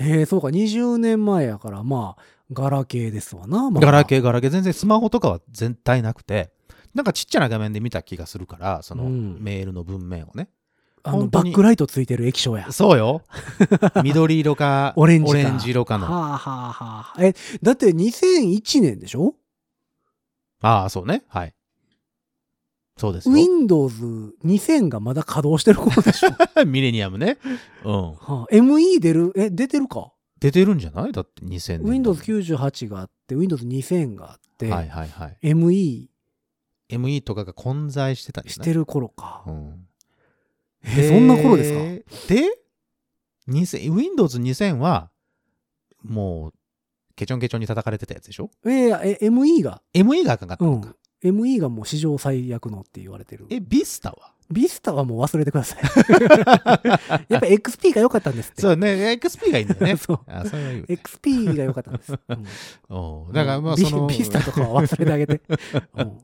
Speaker 2: へえ、そうか。20年前やから、まあ、ガラケーですわな。まあ
Speaker 3: ガラケー、ガラケー、全然スマホとかは全体なくて、なんかちっちゃな画面で見た気がするから、その
Speaker 2: うん
Speaker 3: メールの文面をね。
Speaker 2: あの、
Speaker 3: 本当
Speaker 2: バ
Speaker 3: に
Speaker 2: ックライトついてる液晶や。
Speaker 3: そう よ。緑色か、
Speaker 2: オレンジか
Speaker 3: 色か
Speaker 2: は
Speaker 3: の。
Speaker 2: あはあはあ。え、だって2001年でしょ
Speaker 3: ああ、そうね。はい。そうですよ。
Speaker 2: ?Windows2000 がまだ稼働してる頃で しょ、
Speaker 3: ミレニアムね。うん。
Speaker 2: はあ、?ME 出るえ、出てるか
Speaker 3: 出てるんじゃないだって2000年。
Speaker 2: ?Windows98 があって、Windows2000 があって、
Speaker 3: はいはいはい。
Speaker 2: ME
Speaker 3: ME とかが混在してたんじゃ
Speaker 2: し
Speaker 3: ない
Speaker 2: てる頃か。
Speaker 3: うん。
Speaker 2: え、そんな頃ですか
Speaker 3: かで、2000 Windows 2000は、もう、ケチョンケチョンに叩かれてたやつでしょ
Speaker 2: えーえ、ME が、
Speaker 3: ?ME があかんかった
Speaker 2: う
Speaker 3: のか。
Speaker 2: ん。ME がもう史上最悪のって言われてる。
Speaker 3: え、ビスタ は
Speaker 2: ビスタはもう忘れてくだ さい。やっぱ XP が良かったんですって。
Speaker 3: そうね、XP がいいんだよね。
Speaker 2: そう
Speaker 3: あ、それはいいよね。
Speaker 2: XP が良かったんです。うん
Speaker 3: うん だからまあ、
Speaker 2: ビ
Speaker 3: その、
Speaker 2: ビスタとかは忘れてあげ て。うん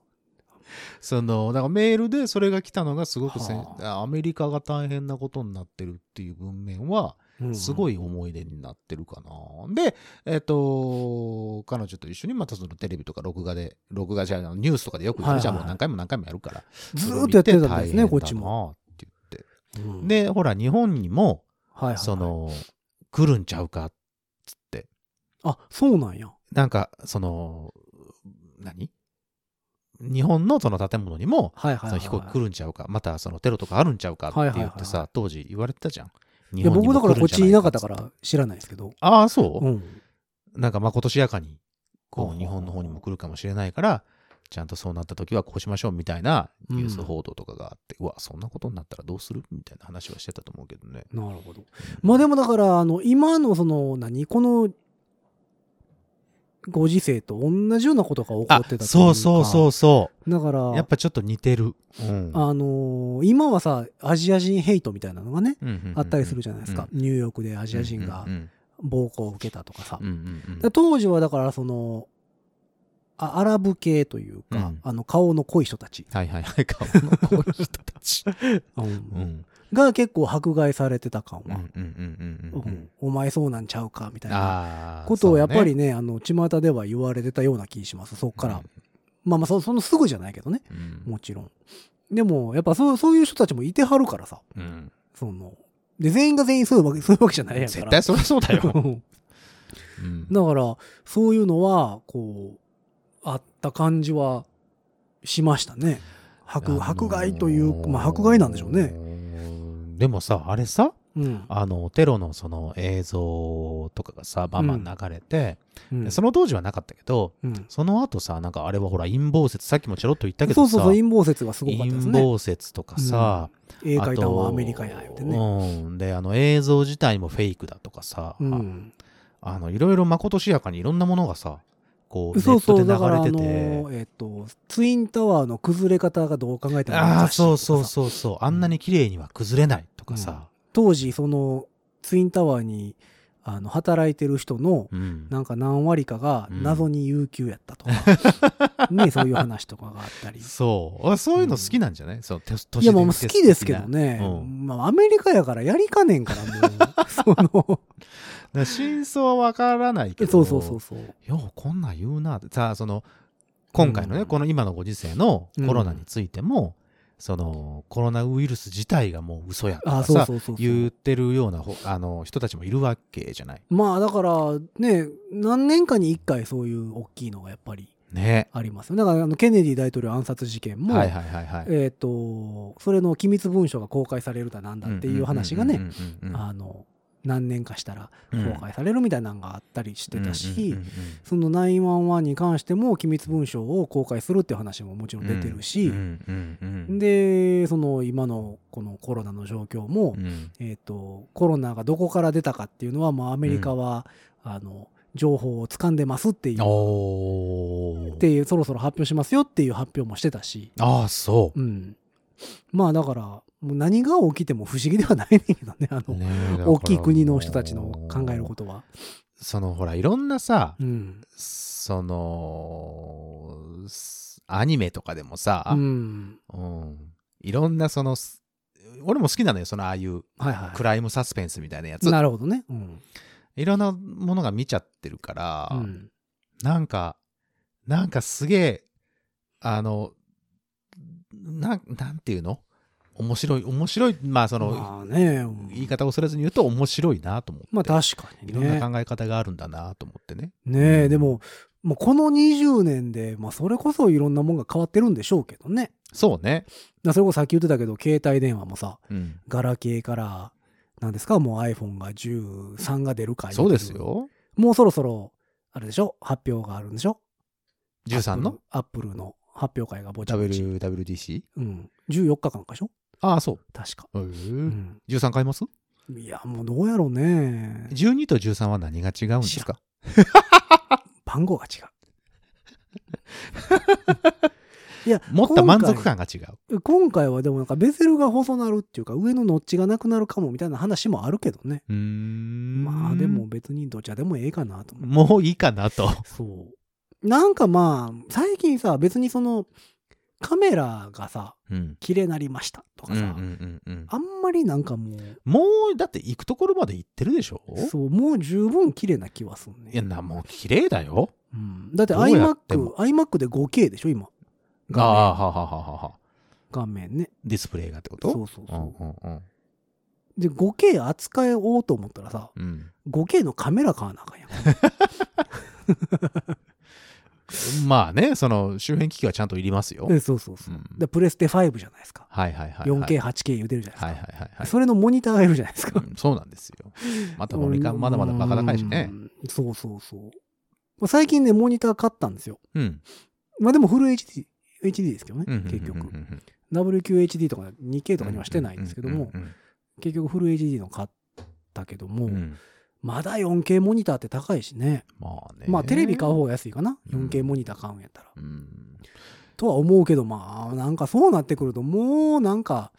Speaker 3: その、だからメールでそれが来たのがすごくせん
Speaker 2: は
Speaker 3: あアメリカが大変なことになってるっていう文面は、
Speaker 2: うん
Speaker 3: すごい思い出になってるかな。で、えっ、と、彼女と一緒にまたそのテレビとか録画で、録画じゃないニュースとかでよく言
Speaker 2: は
Speaker 3: っ
Speaker 2: いはい
Speaker 3: てじゃあもう何回も何回もやるから。
Speaker 2: ずーっとやってたんですね、
Speaker 3: それ見て大変だな
Speaker 2: こっちも。。
Speaker 3: って言って
Speaker 2: うん、
Speaker 3: で、ほら、日本にも、
Speaker 2: はいはいはい
Speaker 3: そ、の、来るんちゃうか、つって。
Speaker 2: あ、そうなんや。
Speaker 3: なんか、その、何日本のその建物にも、
Speaker 2: はいはい、はい。
Speaker 3: その飛行機来るんちゃうか、またそのテロとかあるんちゃうかって
Speaker 2: はいはいはい
Speaker 3: 言ってさ、当時言われてたじゃん。
Speaker 2: い
Speaker 3: 日
Speaker 2: や、
Speaker 3: 本に
Speaker 2: 僕
Speaker 3: も
Speaker 2: だから
Speaker 3: 来
Speaker 2: こ
Speaker 3: る
Speaker 2: っ
Speaker 3: んじゃ
Speaker 2: ちいなかっ
Speaker 3: い
Speaker 2: たか
Speaker 3: つて
Speaker 2: ら知らないですけど。
Speaker 3: ああ、そう、
Speaker 2: うん。
Speaker 3: なんかまことしやかに、こ
Speaker 2: うん
Speaker 3: う、日本の方にも来るかもしれないから、ちゃんとそうなった時はこうしましょうみたいなニュース報道とかがあって、うわ、そんなことになったらどうするみたいな話はしてたと思うけどね。
Speaker 2: なるほど。まあでもだから、あの、今のその、何この、ご時世と同じようなことが起こ
Speaker 3: あ
Speaker 2: ってたという、か。
Speaker 3: そうそうそうそう
Speaker 2: だから、
Speaker 3: う。やっぱちょっと似てる。うん
Speaker 2: あのー今はさ、アジア人ヘイトみたいなのがね、
Speaker 3: うんうんうんうん
Speaker 2: あったりするじゃないですか。。ニューヨークでアジア人が
Speaker 3: うん
Speaker 2: 暴行を受けたとかさ。
Speaker 3: うんうんうんうん
Speaker 2: だ当時はだからそのあアラブ系というか、
Speaker 3: うん
Speaker 2: あの顔の濃い人たち、
Speaker 3: はいはいはい。顔のこういう人たち。
Speaker 2: うん
Speaker 3: うん。
Speaker 2: が結構迫害されてた感
Speaker 3: うんう
Speaker 2: は、
Speaker 3: んうんう
Speaker 2: うん
Speaker 3: んうん。
Speaker 2: お前そうなんちゃうかみたいな
Speaker 3: ああ
Speaker 2: ことをやっぱりねあの巷では言われてたような気しますそっから、まあまあそそのすぐじゃないけどねもちろんでもやっぱそうそういう人たちもいてはるからさ
Speaker 3: うん
Speaker 2: そので全員が全員そういうわけそういうわけじゃないやんから
Speaker 3: 絶対そりゃそう だよ。
Speaker 2: うん
Speaker 3: うん
Speaker 2: だからそういうのはこうあった感じはしましたね迫迫害という、まあ、迫害なんでしょうね、。
Speaker 3: でもさ、あれさ、
Speaker 2: うん
Speaker 3: あの、テロのその映像とかがさ、バンバン流れて、
Speaker 2: うん
Speaker 3: その当時はなかったけど、
Speaker 2: うん
Speaker 3: その後さ、なんかあれはほら陰謀説、さっきもちょろっと言ったけ
Speaker 2: そ
Speaker 3: ど
Speaker 2: う
Speaker 3: さ、
Speaker 2: そうそう陰謀説がすごかったです
Speaker 3: 陰
Speaker 2: ね
Speaker 3: 謀説とかさ、
Speaker 2: 英
Speaker 3: あ
Speaker 2: 会談
Speaker 3: と
Speaker 2: はアメリカや言うてね、
Speaker 3: うん。で、あの映像自体もフェイクだとかさ、
Speaker 2: うん、
Speaker 3: あの、いろいろまことしやかにいろんなものがさ、こう、ネ
Speaker 2: そう
Speaker 3: ッ
Speaker 2: そう
Speaker 3: トで
Speaker 2: だからあ
Speaker 3: 流
Speaker 2: の
Speaker 3: れてて。
Speaker 2: えっ、とツインタワーの崩れ方がどう考えても
Speaker 3: ああ、そう
Speaker 2: 雑誌と
Speaker 3: そ
Speaker 2: か
Speaker 3: う
Speaker 2: さ
Speaker 3: そうそう。あんなに綺麗には崩れないとかさ。
Speaker 2: 当時そのツインタワーにあの働いてる人の
Speaker 3: うん
Speaker 2: なんか何割かが
Speaker 3: うん
Speaker 2: 謎に有給やったとか、 ねそういう話とかがあったり
Speaker 3: そうあそういうの好きなんじゃない、その都都
Speaker 2: い
Speaker 3: 市
Speaker 2: やもう好
Speaker 3: 伝説的
Speaker 2: き
Speaker 3: な
Speaker 2: ですけどね、
Speaker 3: うん
Speaker 2: まあ、アメリカやからやりかねんからも うその
Speaker 3: だから真相はわからないけど
Speaker 2: そうそうそうそう
Speaker 3: ようこんなん言うなってさあその今回の
Speaker 2: う
Speaker 3: ね、
Speaker 2: ん
Speaker 3: この今のご時世のコロナについても、そのコロナウイルス自体がもう嘘やと
Speaker 2: あ
Speaker 3: か
Speaker 2: そう
Speaker 3: さ
Speaker 2: そうそうそう
Speaker 3: 言ってるようなほあの人たちもいるわけじゃない
Speaker 2: まあだからね何年かに一回そういう大きいのがやっぱり
Speaker 3: ね
Speaker 2: ありますよだからあのケネディ大統領暗殺事件も、
Speaker 3: はいはいはいはい
Speaker 2: えっ、とそれの機密文書が公開されるだなんだっていう話がね
Speaker 3: うんうんうんうんうん
Speaker 2: あの何年かしたら
Speaker 3: うん
Speaker 2: 公開されるみたいなのがあったりしてたし、
Speaker 3: うんうん
Speaker 2: その911に関しても機密文書を公開するっていう話ももちろん出てるし、
Speaker 3: うんうんうん
Speaker 2: でその今のこのコロナの状況も、
Speaker 3: うん
Speaker 2: えー、とコロナがどこから出たかっていうのは、まあ、アメリカは、あの情報を掴んでますっていう
Speaker 3: おー
Speaker 2: っていうそろそろ発表しますよっていう発表もしてたし、
Speaker 3: ああそ
Speaker 2: うん、まあだからもう何が起きても不思議ではないねんけどねあ
Speaker 3: う、
Speaker 2: の
Speaker 3: ねえだから
Speaker 2: 大きい国の人たちの考えることは。
Speaker 3: そのほらいろんなさ、
Speaker 2: うん
Speaker 3: そのすアニメとかでもさ、
Speaker 2: うん
Speaker 3: うんいろんなそのす俺も好きなのよそのああいう
Speaker 2: はいは
Speaker 3: クライムサスペンスみたいなや
Speaker 2: い、
Speaker 3: つ
Speaker 2: なるほどね。うん
Speaker 3: いろんなものが見ちゃってるから、
Speaker 2: うん
Speaker 3: なんかなんかすげえあのなんなんていうの面白い面白いまあその、
Speaker 2: まあね、うん
Speaker 3: 言い方を恐れずに言うと面白いなと思って、
Speaker 2: まあ確かに
Speaker 3: い
Speaker 2: ね。
Speaker 3: ろんな考え方があるんだなと思ってね
Speaker 2: ね
Speaker 3: う
Speaker 2: え、
Speaker 3: ん
Speaker 2: でも、もうこの20年で、まあ、それこそいろんなもんが変わってるんでしょうけどね。
Speaker 3: そう
Speaker 2: だ
Speaker 3: ね、
Speaker 2: からそれこそさっき言ってたけど、携帯電話もさ、
Speaker 3: うん、
Speaker 2: ガラケーから、なんですか、もう iPhone が13が出るか
Speaker 3: そうです。よ
Speaker 2: もうそろそろ、あれでしょ発表があるんでしょ
Speaker 3: 13の
Speaker 2: アップルの発表会がぼちぼち。
Speaker 3: WWDC
Speaker 2: うん。14日間かしょ
Speaker 3: ああそ
Speaker 2: 確か。
Speaker 3: う、
Speaker 2: う
Speaker 3: うん、
Speaker 2: ん。
Speaker 3: 13買います
Speaker 2: いや、もうどうやろうね。
Speaker 3: 12と13は何が違うんですか
Speaker 2: 番号が 違う。
Speaker 3: 持った満足感が違う。
Speaker 2: 今回はでもなんかベゼルが細なるっていうか上のノッチがなくなるかもみたいな話もあるけどね。
Speaker 3: うーん
Speaker 2: まあでも。別にどちらでもええかなと思う。
Speaker 3: もういいかなと。
Speaker 2: そう。なんかまあ最近さ別にそのカメラがさ
Speaker 3: うん。
Speaker 2: 綺麗になりましたとか
Speaker 3: うんう
Speaker 2: さ、
Speaker 3: んうんうん
Speaker 2: あんまりなんかも
Speaker 3: もうだって行くところまで行ってるでしょ
Speaker 2: うそうもう十分綺麗な気はするね。
Speaker 3: いやなもう綺麗だよ。
Speaker 2: うん、だって
Speaker 3: どうやっても
Speaker 2: iMac iMac で 5K でしょ今
Speaker 3: あ
Speaker 2: 画
Speaker 3: あ
Speaker 2: 面
Speaker 3: ははははは。
Speaker 2: 画面ね。
Speaker 3: ディスプレイがってこと
Speaker 2: そうそうそう。
Speaker 3: うんうん
Speaker 2: で 5K 扱えおうと思ったらさ
Speaker 3: うん
Speaker 2: 5K のカメラ買わなあかんやん。
Speaker 3: うん。まあねその周辺機器はちゃんといりますよ。
Speaker 2: えそうそうそうう。
Speaker 3: ん
Speaker 2: でプレステ5じゃないですか。
Speaker 3: はいはいはいはい。
Speaker 2: 4K、8K 言うてるじゃないですか。
Speaker 3: はいはいはいはい。
Speaker 2: それのモニターがいるじゃないですか。
Speaker 3: うんそうなんですよ。またモニカまだまだバカ高いしね
Speaker 2: う。ん。そうそうそう。まあ最近ね、モニター買ったんですよ。
Speaker 3: うん。
Speaker 2: まあでもフル HD、HD ですけどね、
Speaker 3: うん
Speaker 2: 結局。。
Speaker 3: うんうん
Speaker 2: WQHD とか 2K とかにはしてないんですけども、。
Speaker 3: うん
Speaker 2: 結局フル HD の買ったけども、
Speaker 3: うんうんうん
Speaker 2: まだ 4K モニターって高いしね。
Speaker 3: まあね。
Speaker 2: まあテレビ買う方が安いかな。
Speaker 3: うん
Speaker 2: 4K モニター買うんやったら。
Speaker 3: うん。。
Speaker 2: とは思うけど、まあ、なんかそうなってくると、もうなんか、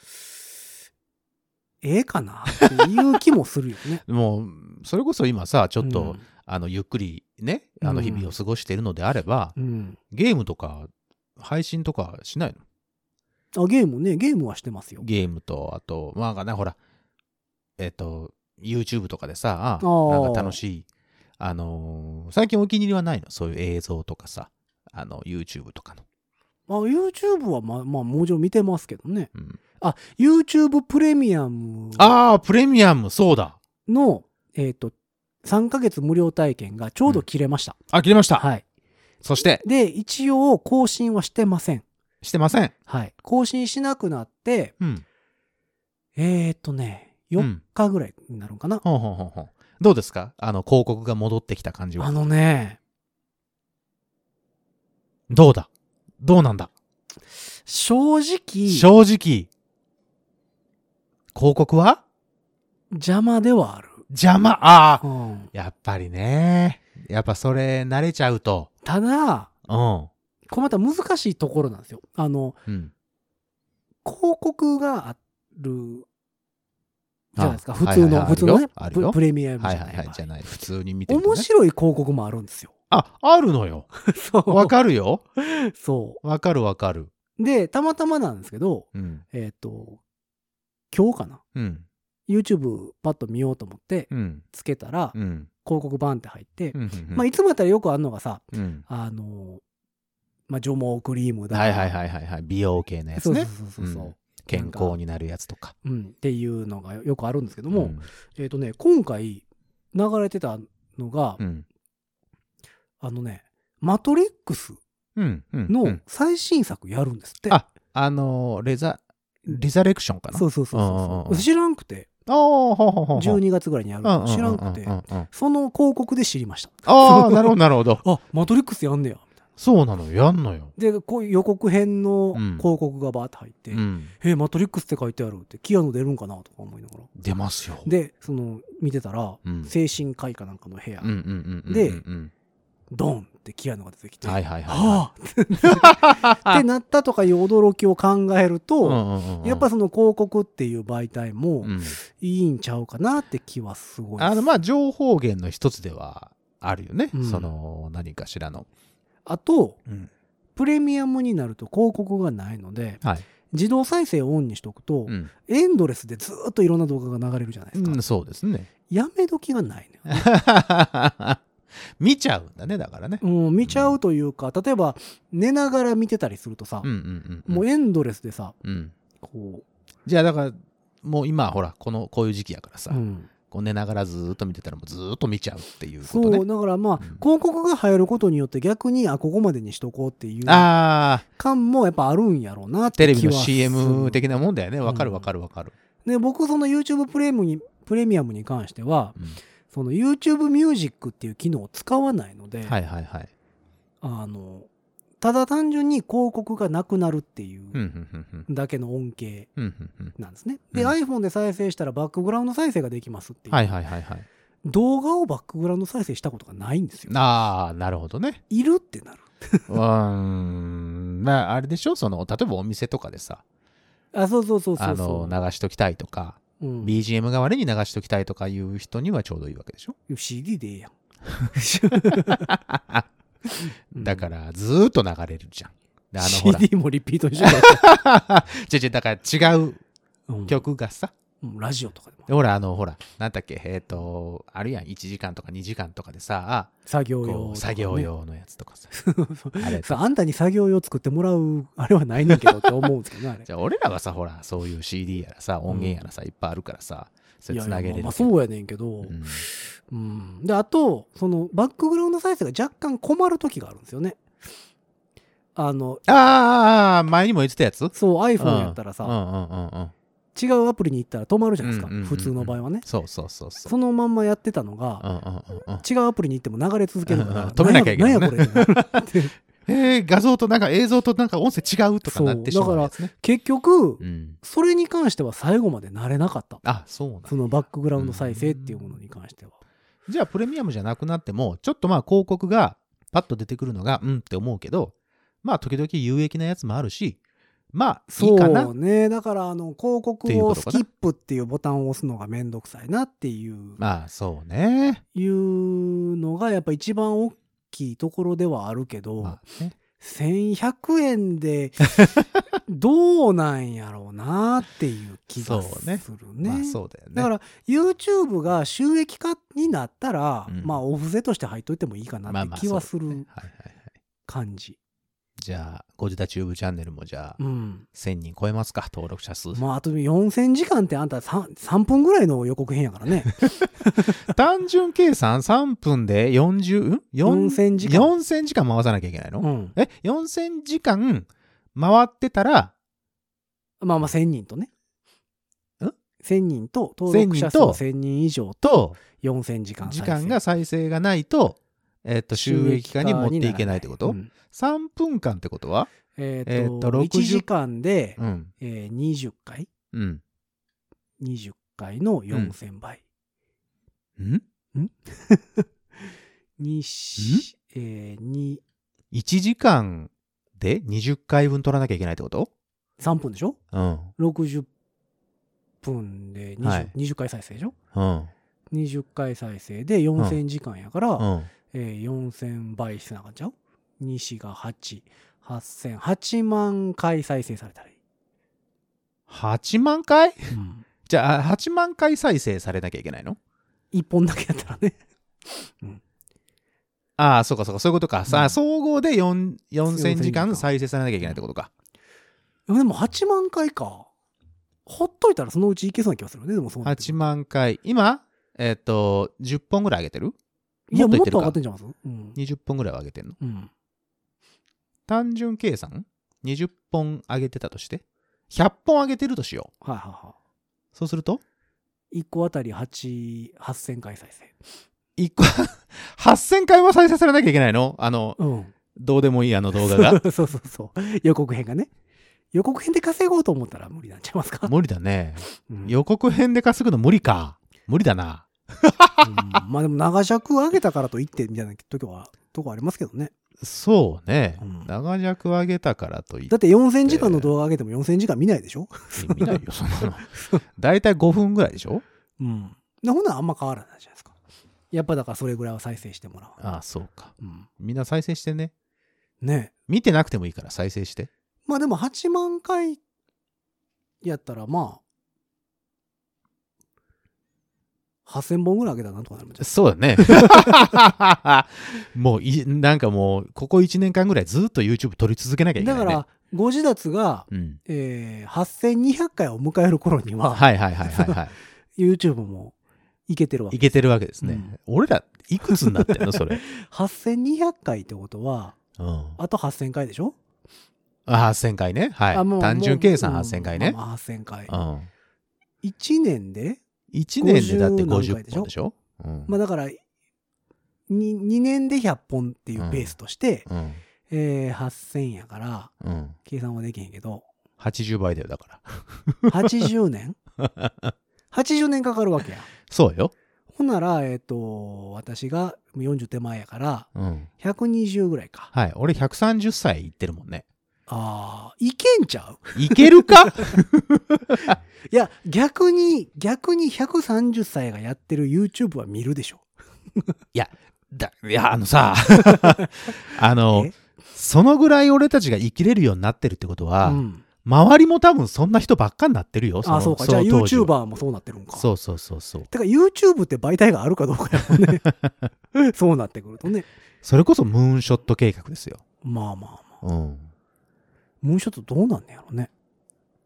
Speaker 2: ええかなっていう気もするよね
Speaker 3: もうそれこそ今 さちょっと、
Speaker 2: うん
Speaker 3: あのゆっくりねあ
Speaker 2: う
Speaker 3: の
Speaker 2: ん
Speaker 3: 日々を過ごしているのであれば、
Speaker 2: うん。
Speaker 3: ゲームとか配信とかしないの
Speaker 2: あ、ゲームね、ゲームはしてますよ。
Speaker 3: ゲームとあとまあねほらえっ、と YouTube とかでさあ
Speaker 2: ー
Speaker 3: なんか楽しいあのー最近お気に入りはないのそういう映像とかさあの YouTube とかの、
Speaker 2: まあ、YouTube はま、まあ、もちろん見てますけどね。
Speaker 3: うん、
Speaker 2: あ、YouTube プレミアム
Speaker 3: ああプレミアムそうだ
Speaker 2: の、えっ、と、3ヶ月無料体験がちょうど切れました。
Speaker 3: あ切れました、
Speaker 2: はい。
Speaker 3: そして
Speaker 2: で、一応更新はしてません。
Speaker 3: してません
Speaker 2: はい。更新しなくなって、
Speaker 3: うん
Speaker 2: えっ、とね、4日ぐらいになるんかな。
Speaker 3: ほうほうほうほうどうですかあの広告が戻ってきた感じ
Speaker 2: あ
Speaker 3: は
Speaker 2: のね、
Speaker 3: どうだどうなんだ
Speaker 2: 正直、
Speaker 3: 正直、広告は
Speaker 2: 邪魔ではある。
Speaker 3: 邪魔。ああ。
Speaker 2: うん、
Speaker 3: やっぱりね。やっぱそれ慣れちゃうと。
Speaker 2: ただ、
Speaker 3: うん。
Speaker 2: これまた難しいところなんですよ。あの、
Speaker 3: うん。
Speaker 2: 広告があるじゃないですか。
Speaker 3: あ
Speaker 2: 普通
Speaker 3: はいはい
Speaker 2: の、
Speaker 3: はい
Speaker 2: 普通のね
Speaker 3: あ、るよ
Speaker 2: ププレミアムじ
Speaker 3: は
Speaker 2: ゃ
Speaker 3: い
Speaker 2: な
Speaker 3: はいはいい、じゃ
Speaker 2: 場合。
Speaker 3: ない。普通に見てる、ね。
Speaker 2: 面白い広告もあるんですよ。
Speaker 3: あ、あるのよ。
Speaker 2: そう。
Speaker 3: わかるよ。
Speaker 2: そ
Speaker 3: わかるわかる。
Speaker 2: う。で、たまたまなんですけど、
Speaker 3: うん。
Speaker 2: えっ、と、今日かな。
Speaker 3: うん。
Speaker 2: YouTube パッと見ようと思って、
Speaker 3: うん。
Speaker 2: つけたら、
Speaker 3: うん。うん
Speaker 2: 広告バンって入って、
Speaker 3: うんうん
Speaker 2: まあ、いつもやったらよくあるのがさ、
Speaker 3: うん。
Speaker 2: あの、まあ、除毛クリームだ。
Speaker 3: はいはいはいはいはい。美容系のやつ
Speaker 2: そうそ
Speaker 3: ね
Speaker 2: う。そうそうそう。
Speaker 3: 健康になるやつとか。
Speaker 2: うんっていうのがよくあるんですけども、
Speaker 3: うん
Speaker 2: えっ、とね、今回流れてたのが、
Speaker 3: うん。
Speaker 2: あのね、マトリックス
Speaker 3: うん。うん
Speaker 2: の最新作やるんですって。
Speaker 3: あ、あのー、レザ、リザレクションかな。。
Speaker 2: そううそうそう
Speaker 3: うんうん
Speaker 2: そううん
Speaker 3: うん
Speaker 2: 知らんくて、
Speaker 3: ああ、ほうほうほうほう。
Speaker 2: 12月ぐらいにやるの知らんくて、
Speaker 3: あ
Speaker 2: その広告で知りました。
Speaker 3: あー、なるほど、なるほど。
Speaker 2: あ、マトリックスやんねや。みたい
Speaker 3: そうなのよ、やんのよ。
Speaker 2: なで、こういう予告編の
Speaker 3: うん
Speaker 2: 広告がバーって入って、
Speaker 3: うん。
Speaker 2: えマトリックスって書いてあるって、キアヌ出るんかなとか思いながら。
Speaker 3: 出ますよ。
Speaker 2: で、その、見てたら、
Speaker 3: うん
Speaker 2: 精神科医かなんかの部屋、
Speaker 3: うんうんうんうん。
Speaker 2: で
Speaker 3: うん
Speaker 2: ドンってキアヌが出てきて、
Speaker 3: はいはいは
Speaker 2: はあってなったとかいう驚きを考える
Speaker 3: い。うん
Speaker 2: と、
Speaker 3: うんうん
Speaker 2: やっぱその広告っていう媒体も
Speaker 3: うん
Speaker 2: いいんちゃうかなって気はすごいです
Speaker 3: あの、まあ、情報源の一つではあるよね。
Speaker 2: うん
Speaker 3: その、何かしらの。
Speaker 2: あと、プレミアムになると広告がないので、
Speaker 3: はい。
Speaker 2: 自動再生をオンにしとくと、
Speaker 3: うん
Speaker 2: エンドレスでずーっといろんな動画が流れるじゃないですか。
Speaker 3: うん、そうです ね。
Speaker 2: やめ時がないのよ、
Speaker 3: 見ちゃうんだね、だからね。
Speaker 2: もう見ちゃうというか、例えば寝ながら見てたりするとさ、
Speaker 3: うんうんうん。
Speaker 2: もうエンドレスでさ、
Speaker 3: うん。
Speaker 2: こ
Speaker 3: じゃあ、だから、もう今、ほら、この、こういう時期やから
Speaker 2: う、
Speaker 3: さ
Speaker 2: う、ん
Speaker 3: こう寝ながらずーっと見てたら、もうずーっと見ちゃうっていうこ
Speaker 2: そ
Speaker 3: と
Speaker 2: う、
Speaker 3: ね。
Speaker 2: だからまあ、
Speaker 3: ん
Speaker 2: 広告が入ることによって逆に、あ、ここまでにしとこうっていう
Speaker 3: ああ、
Speaker 2: 感もやっぱあるんやろうなって
Speaker 3: テレビ
Speaker 2: 気
Speaker 3: の
Speaker 2: はする
Speaker 3: CM 的なもんだよね。わかる
Speaker 2: うん
Speaker 3: わかるわかる。
Speaker 2: で、僕その YouTube プレミアムに、プレミアムに関しては、その YouTube ミュージックっていう機能を使わないので、
Speaker 3: はいはいはい。
Speaker 2: あの、ただ単純に広告がなくなるってい
Speaker 3: うん
Speaker 2: う
Speaker 3: うんうん
Speaker 2: だけの恩恵
Speaker 3: うんうんうん
Speaker 2: なんですね。で、
Speaker 3: うん
Speaker 2: iPhone で再生したらバックグラウンド再生ができますっていう、
Speaker 3: はいはいはいはい。
Speaker 2: 動画をバックグラウンド再生したことがないんですよ。
Speaker 3: ああ、なるほどね。
Speaker 2: いるってなる。
Speaker 3: うーん。まあ、あれでしょその、例えばお店とかでさ、
Speaker 2: あ、そうそうそうそ
Speaker 3: あ
Speaker 2: うそ
Speaker 3: の
Speaker 2: う。、
Speaker 3: 流しときたいとか、
Speaker 2: うん
Speaker 3: BGM 代わりに流しときたいとかいう人にはちょうどいいわけでしょ
Speaker 2: CD でええやん。うん
Speaker 3: だから、ずーっと流れるじゃん。であ の、ほら、
Speaker 2: CD もリピートにしよう
Speaker 3: 違う違う、だから違う
Speaker 2: よ うん
Speaker 3: 曲が
Speaker 2: う
Speaker 3: さ、
Speaker 2: んラジオとかでも
Speaker 3: でほら、あの、ほら、なんだっけ、えっ、と、あるやん、1時間とか2時間とかでさ、
Speaker 2: 作業用とか
Speaker 3: こ
Speaker 2: ね
Speaker 3: う、作業用のやつとかさ、あれ
Speaker 2: さあんたに作業用作ってもらうあれはないねんけどって思うんですけどねあれ
Speaker 3: じゃあ、俺らはさ、ほら、そういう CD やらさ、音源やらさ、いっぱいあるからさ、 そ
Speaker 2: い
Speaker 3: れ
Speaker 2: やい
Speaker 3: つ
Speaker 2: や
Speaker 3: なげれるけど。
Speaker 2: まあ、そうやねんけど、
Speaker 3: うん
Speaker 2: うんであとそのバックグラウンド再生が若干困る時があるんですよねあの
Speaker 3: ああ、前にも言ってたやつ
Speaker 2: そう iPhone やったら
Speaker 3: うんう
Speaker 2: さ、
Speaker 3: んうんうん。
Speaker 2: 違うアプリに行ったら止まるじゃないですか、
Speaker 3: うんうんうんうん
Speaker 2: 普通の場合はね
Speaker 3: そうそうそうそう。
Speaker 2: そのまんまやってたのが、
Speaker 3: うんうんうんうん。
Speaker 2: 違うアプリに行っても流れ続けるか
Speaker 3: うん
Speaker 2: ら
Speaker 3: うん止めなきゃいけないね
Speaker 2: んやこれってなる って
Speaker 3: えー、画像となんか映像となんか音声違うとかなってしまうやつね。
Speaker 2: 結局
Speaker 3: うん。
Speaker 2: それに関しては最後まで慣れなかった
Speaker 3: あ、そうなんだ
Speaker 2: そのバックグラウンド再生っていうものに関しては。
Speaker 3: じゃあ、プレミアムじゃなくなっても、ちょっとまあ広告がパッと出てくるのが、うんって思うけど、まあ時々有益なやつもあるし、まあいいかな。
Speaker 2: そうね。だから、あの、広告
Speaker 3: っていう
Speaker 2: を
Speaker 3: こと
Speaker 2: ス
Speaker 3: かな
Speaker 2: キップっていうボタンを押すのがめんどくさいなっていう、
Speaker 3: まあそうね。
Speaker 2: いうのがやっぱ一番大きいところではあるけど、
Speaker 3: まあね
Speaker 2: 1100円 でどうなんやろうなっていう気が
Speaker 3: そうね
Speaker 2: するね。
Speaker 3: まあそうだよね。
Speaker 2: だから、YouTube が収益化になったら、
Speaker 3: うん
Speaker 2: まあ、お布施として入っといてもいいか
Speaker 3: ま
Speaker 2: な
Speaker 3: あ
Speaker 2: って
Speaker 3: まあ
Speaker 2: 気はす
Speaker 3: そうだね
Speaker 2: る
Speaker 3: はいはいはい。
Speaker 2: 感じ。
Speaker 3: じゃあ、ゴジダチューブチャンネルもじゃあ、
Speaker 2: うん。
Speaker 3: 1000人超えますか、登録者数。
Speaker 2: まあ、あと4000時間ってあんた 3, 3分ぐらいの予告編や からね。
Speaker 3: 単純計算3分で40、ん四
Speaker 2: 4000時間
Speaker 3: 4000時間回さなきゃいけないの、
Speaker 2: うん。
Speaker 3: え ?4000 時間回ってたら、
Speaker 2: まあまあ、1000人とね。
Speaker 3: ん
Speaker 2: ?1000 人と、登録者数
Speaker 3: 1000人と
Speaker 2: 1000人以上と
Speaker 3: と、
Speaker 2: 4000時間再
Speaker 3: 時
Speaker 2: 生。
Speaker 3: 間が再生がないと、えっと、収益化に持っていけないってこと、
Speaker 2: うん
Speaker 3: ?3 分間ってことは
Speaker 2: えっ、
Speaker 3: えー
Speaker 2: と、
Speaker 3: と60
Speaker 2: 1時間で、
Speaker 3: うん。
Speaker 2: えー、20回
Speaker 3: うん。
Speaker 2: ?20 回の4000倍。
Speaker 3: ん
Speaker 2: にし、えー、に、
Speaker 3: ?1 時間で20回分取らなきゃいけないってこと
Speaker 2: 3分でしょ
Speaker 3: うん。
Speaker 2: ?60 分で 20,、
Speaker 3: はい
Speaker 2: 20回再生でしょ
Speaker 3: うん。
Speaker 2: 20回再生で4000時間やから、
Speaker 3: うん。
Speaker 2: えー4000倍してなあかんちゃう西が88000 8万回再生されたらいい、
Speaker 3: 8万回
Speaker 2: うん、
Speaker 3: じゃあ、8万回再生されなきゃいけないの
Speaker 2: 1本だけやったらね
Speaker 3: ああ、そうかそうか、そういうことか。さ
Speaker 2: う
Speaker 3: あ、
Speaker 2: ん
Speaker 3: 総合で4 4000時
Speaker 2: 4000時間
Speaker 3: 間再生されなきゃいけないってことか。
Speaker 2: でも8万回かほっといたらそのうちいけそうな気がするねでもそうなってく
Speaker 3: 8
Speaker 2: る
Speaker 3: 万回。今、えっと、10本ぐらい上げてる
Speaker 2: いや
Speaker 3: も
Speaker 2: も
Speaker 3: っ
Speaker 2: っと
Speaker 3: といってるか
Speaker 2: 上がってんじゃいますうん、
Speaker 3: ?20 本ぐらいは上げてんの
Speaker 2: うん、
Speaker 3: 単純計算 ?20 本上げてたとして ?100 本上げてるとしよう。
Speaker 2: はいはいは
Speaker 3: そうすると
Speaker 2: い1個あたり8 8000回再生
Speaker 3: 一個 8000回は再生されなきゃいけないのあの、
Speaker 2: うん
Speaker 3: どうでもいいあの動画 が。
Speaker 2: そうそうそう予告編がね予告編で稼ごうと思ったら無理なんちゃいますか、
Speaker 3: 無理だね。
Speaker 2: うん
Speaker 3: 予告編で稼ぐの無理か。無理だな。
Speaker 2: うんまあでも長尺上げたからといってみたいな時はとこありますけどね
Speaker 3: そうね。
Speaker 2: うん
Speaker 3: 長尺上げたからといって
Speaker 2: だって4000時間の動画上げても4000時間見ないでしょ
Speaker 3: 見 ないよ、そんなの。大体5分ぐらいでしょ
Speaker 2: うんでほんならあんま変わらないじゃないですかやっぱだからそれぐらいは再生してもらう
Speaker 3: ああ、そうか。
Speaker 2: うん
Speaker 3: みんな再生してね。
Speaker 2: ねえ
Speaker 3: 見てなくてもいいから再生して。
Speaker 2: まあでも8万回やったらまあ8000本ぐらい上げたらなんとかなるもんじゃ
Speaker 3: そうだね。 もうい、なんかもう、ここ1年間ぐらいずっと YouTube 撮り続けなきゃいけ
Speaker 2: な
Speaker 3: ないい、
Speaker 2: だ
Speaker 3: ね。
Speaker 2: から、ご自立が、
Speaker 3: うん。
Speaker 2: えー、8200回を迎える頃には、
Speaker 3: はいはいはいはい、は
Speaker 2: YouTube もいけてるわ
Speaker 3: い。
Speaker 2: け
Speaker 3: いけてるわけですね。
Speaker 2: うん
Speaker 3: 俺ら、いくつになってんのそれ。
Speaker 2: 8200回ってことは
Speaker 3: うん。
Speaker 2: あと8000回でしょ、
Speaker 3: あ8000回ね。は
Speaker 2: あ
Speaker 3: い。単純計算8000回ね
Speaker 2: ま。あまあ8000回、
Speaker 3: うん。
Speaker 2: 1年で
Speaker 3: 1年でだって
Speaker 2: 50何回
Speaker 3: 50
Speaker 2: でしょ
Speaker 3: 本でしょうん。
Speaker 2: まあだから 2, 2年で100本っていうペースとして、
Speaker 3: うん。
Speaker 2: えー8000やから
Speaker 3: うん。
Speaker 2: 計算はできへんけど
Speaker 3: 80倍だよ、だから。
Speaker 2: 80年 80年かかるわけや
Speaker 3: そうよ。
Speaker 2: ほんならえっ、と私が40手前やから
Speaker 3: うん。
Speaker 2: 120ぐらいか
Speaker 3: はい。俺130歳いってるもんね。
Speaker 2: あーいけんちゃう
Speaker 3: いけ るか
Speaker 2: いや逆に逆に130歳がやってる YouTube は見るでしょ
Speaker 3: だいや、あのさ、 あの
Speaker 2: え、
Speaker 3: そのぐらい俺たちが生きれるようになってるってことは、
Speaker 2: うん、
Speaker 3: 周りも多分そんな人ばっかになってるよ。の
Speaker 2: あそうかじゃあ
Speaker 3: の当時は
Speaker 2: YouTuber もそうなってるんか
Speaker 3: そうそうそうそう。
Speaker 2: てか YouTube って媒体があるかどうかやもん ねそうなってくるとね
Speaker 3: それこそムーンショット計画ですよ。
Speaker 2: まあまあまあ
Speaker 3: うん。
Speaker 2: もう一つどうなんねやろね